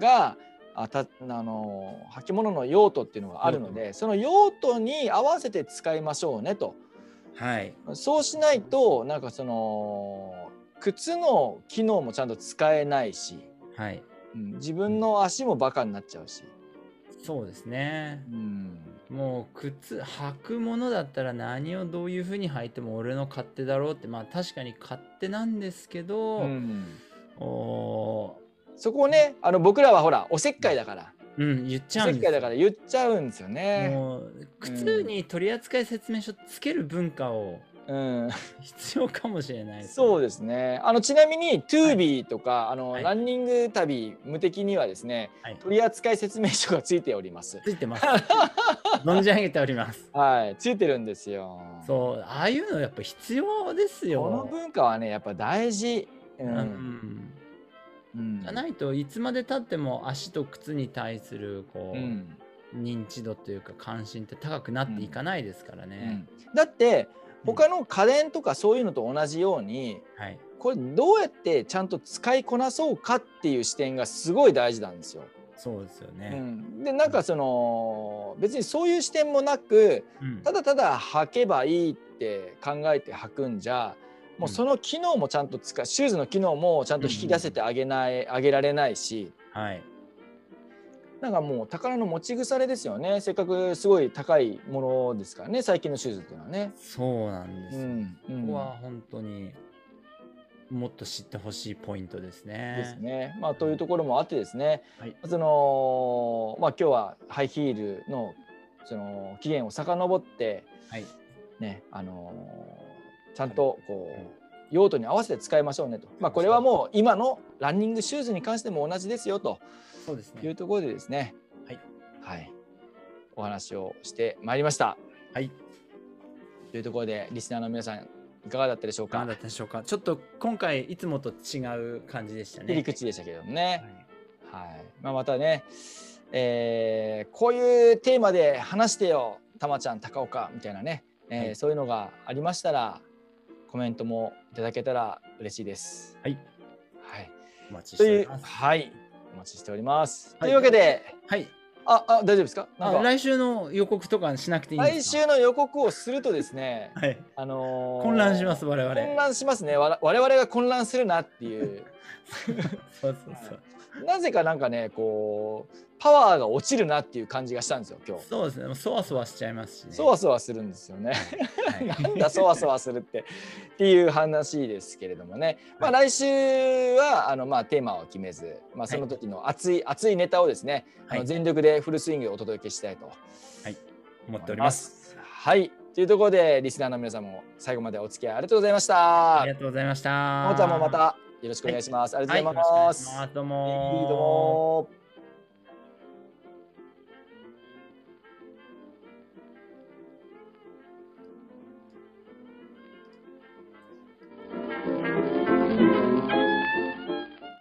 Speaker 2: があたあの履物の用途っていうのがあるのでその用途に合わせて使いましょうねと
Speaker 1: はい
Speaker 2: そうしないとなんかその靴の機能もちゃんと使えないし、
Speaker 1: はい
Speaker 2: うん自分の足もバカになっちゃうし、
Speaker 1: そうですね
Speaker 2: うん
Speaker 1: もう靴履くものだったら何をどういうふうに履いても俺の勝手だろうってまあ確かに勝手なんですけど、
Speaker 2: うん
Speaker 1: お
Speaker 2: そこをねあの僕らはほらおせっかいだから
Speaker 1: ーうん言っち
Speaker 2: お
Speaker 1: ゃう
Speaker 2: せ
Speaker 1: ん
Speaker 2: っ
Speaker 1: で
Speaker 2: かい
Speaker 1: す
Speaker 2: だから言っちゃうんですよね。
Speaker 1: もう靴に取扱説明書つける文化を
Speaker 2: うん、
Speaker 1: 必要かもしれないですね
Speaker 2: そうですねあのちなみに TOB とか、あの
Speaker 1: はい
Speaker 2: ランニング旅無敵にはですね、
Speaker 1: はい
Speaker 2: 取扱説明書がついております。
Speaker 1: つい てます存じ上げております
Speaker 2: はい、ついてるんですよ。
Speaker 1: そうああいうのやっぱ必要ですよ
Speaker 2: この文化はねやっぱ大事。う
Speaker 1: うんん
Speaker 2: うん
Speaker 1: じゃないといつまでたっても足と靴に対するこ
Speaker 2: う
Speaker 1: う、
Speaker 2: ん
Speaker 1: 認知度というか関心って高くなっていかないですから
Speaker 2: う
Speaker 1: ね
Speaker 2: ん。だって他の家電とかそういうのと同じように
Speaker 1: はい。
Speaker 2: これどうやってちゃんと使いこなそうかっていう視点がすごい大事なんですよ。
Speaker 1: そうですよ
Speaker 2: う
Speaker 1: ね。
Speaker 2: ん、でなんかその別にそういう視点もなく
Speaker 1: うん
Speaker 2: ただただ履けばいいって考えて履くんじゃもうその機能もちゃんと使うシューズの機能もちゃんと引き出せてあげないあげられないし
Speaker 1: はい。
Speaker 2: なんかもう宝の持ち腐れですよねせっかくすごい高いものですからね最近のシューズっていうのはね。
Speaker 1: そうなんです
Speaker 2: う
Speaker 1: よ。
Speaker 2: んう
Speaker 1: こ
Speaker 2: ん
Speaker 1: こは本当にもっと知ってほしいポイントですね。
Speaker 2: ですね。まあ、というところもあってですね、
Speaker 1: はい
Speaker 2: そのまあ、今日はハイヒールのその期限を遡って、
Speaker 1: はい
Speaker 2: ねあのーちゃんとこう、
Speaker 1: はい
Speaker 2: 用途に合わせて使いましょうねと、まあ、これはもう今のランニングシューズに関しても同じですよと
Speaker 1: そうです
Speaker 2: い
Speaker 1: ね
Speaker 2: う。ところでですね、
Speaker 1: はい
Speaker 2: はいお話をしてまいりました。
Speaker 1: はい。
Speaker 2: というところでリスナーの皆さんいかがだったでしょう
Speaker 1: 何
Speaker 2: か
Speaker 1: だったでしょうか。ちょっと今回いつもと違う感じでしたね。
Speaker 2: 切り口でしたけれどもね。
Speaker 1: はい
Speaker 2: はいまあ、またね、えーこういうテーマで話してよたまちゃん高岡みたいなね、えー
Speaker 1: はい
Speaker 2: そういうのがありましたらコメントもいただけたら嬉しいです。
Speaker 1: はい。
Speaker 2: はい、
Speaker 1: お待ちし
Speaker 2: と
Speaker 1: てお
Speaker 2: い
Speaker 1: り
Speaker 2: う
Speaker 1: ます。
Speaker 2: はいお待ちしております。
Speaker 1: はい
Speaker 2: というわけで
Speaker 1: はい。
Speaker 2: ああ大丈夫ですかなん
Speaker 1: あ
Speaker 2: か
Speaker 1: 来週の予告とかしなくていいんで
Speaker 2: 来
Speaker 1: す
Speaker 2: 週
Speaker 1: か。
Speaker 2: の予告をするとですね、
Speaker 1: はい。
Speaker 2: あのー
Speaker 1: 混乱します我々。
Speaker 2: 混乱しますねわら我々が混乱するなっていう
Speaker 1: そうそうそう。
Speaker 2: なぜかなんかねこうパワーが落ちるなっていう感じがしたんですよ今日。
Speaker 1: そうですね。もうそわそわしちゃいますしね。
Speaker 2: そわそわするんですよね。
Speaker 1: はい
Speaker 2: なんだそわそわするってっていう話ですけれどもね、まあ、来週はあの、まあ、テーマを決めず、まあ、その時の熱い、熱いネタをですね、あ
Speaker 1: は
Speaker 2: の
Speaker 1: い
Speaker 2: 全力でフルスイングでお届けしたいと
Speaker 1: 思って
Speaker 2: 思
Speaker 1: お
Speaker 2: い
Speaker 1: りま。
Speaker 2: ますす。はいというところでリスナーの皆さんも最後までお付き合いありがとうございまし
Speaker 1: あ
Speaker 2: た
Speaker 1: り。がとうございました。
Speaker 2: もーちゃんもまたよろしくお願いします。ありがとうございます。
Speaker 1: はい、よろしくお願いしますどう
Speaker 2: はい
Speaker 1: も
Speaker 2: どうも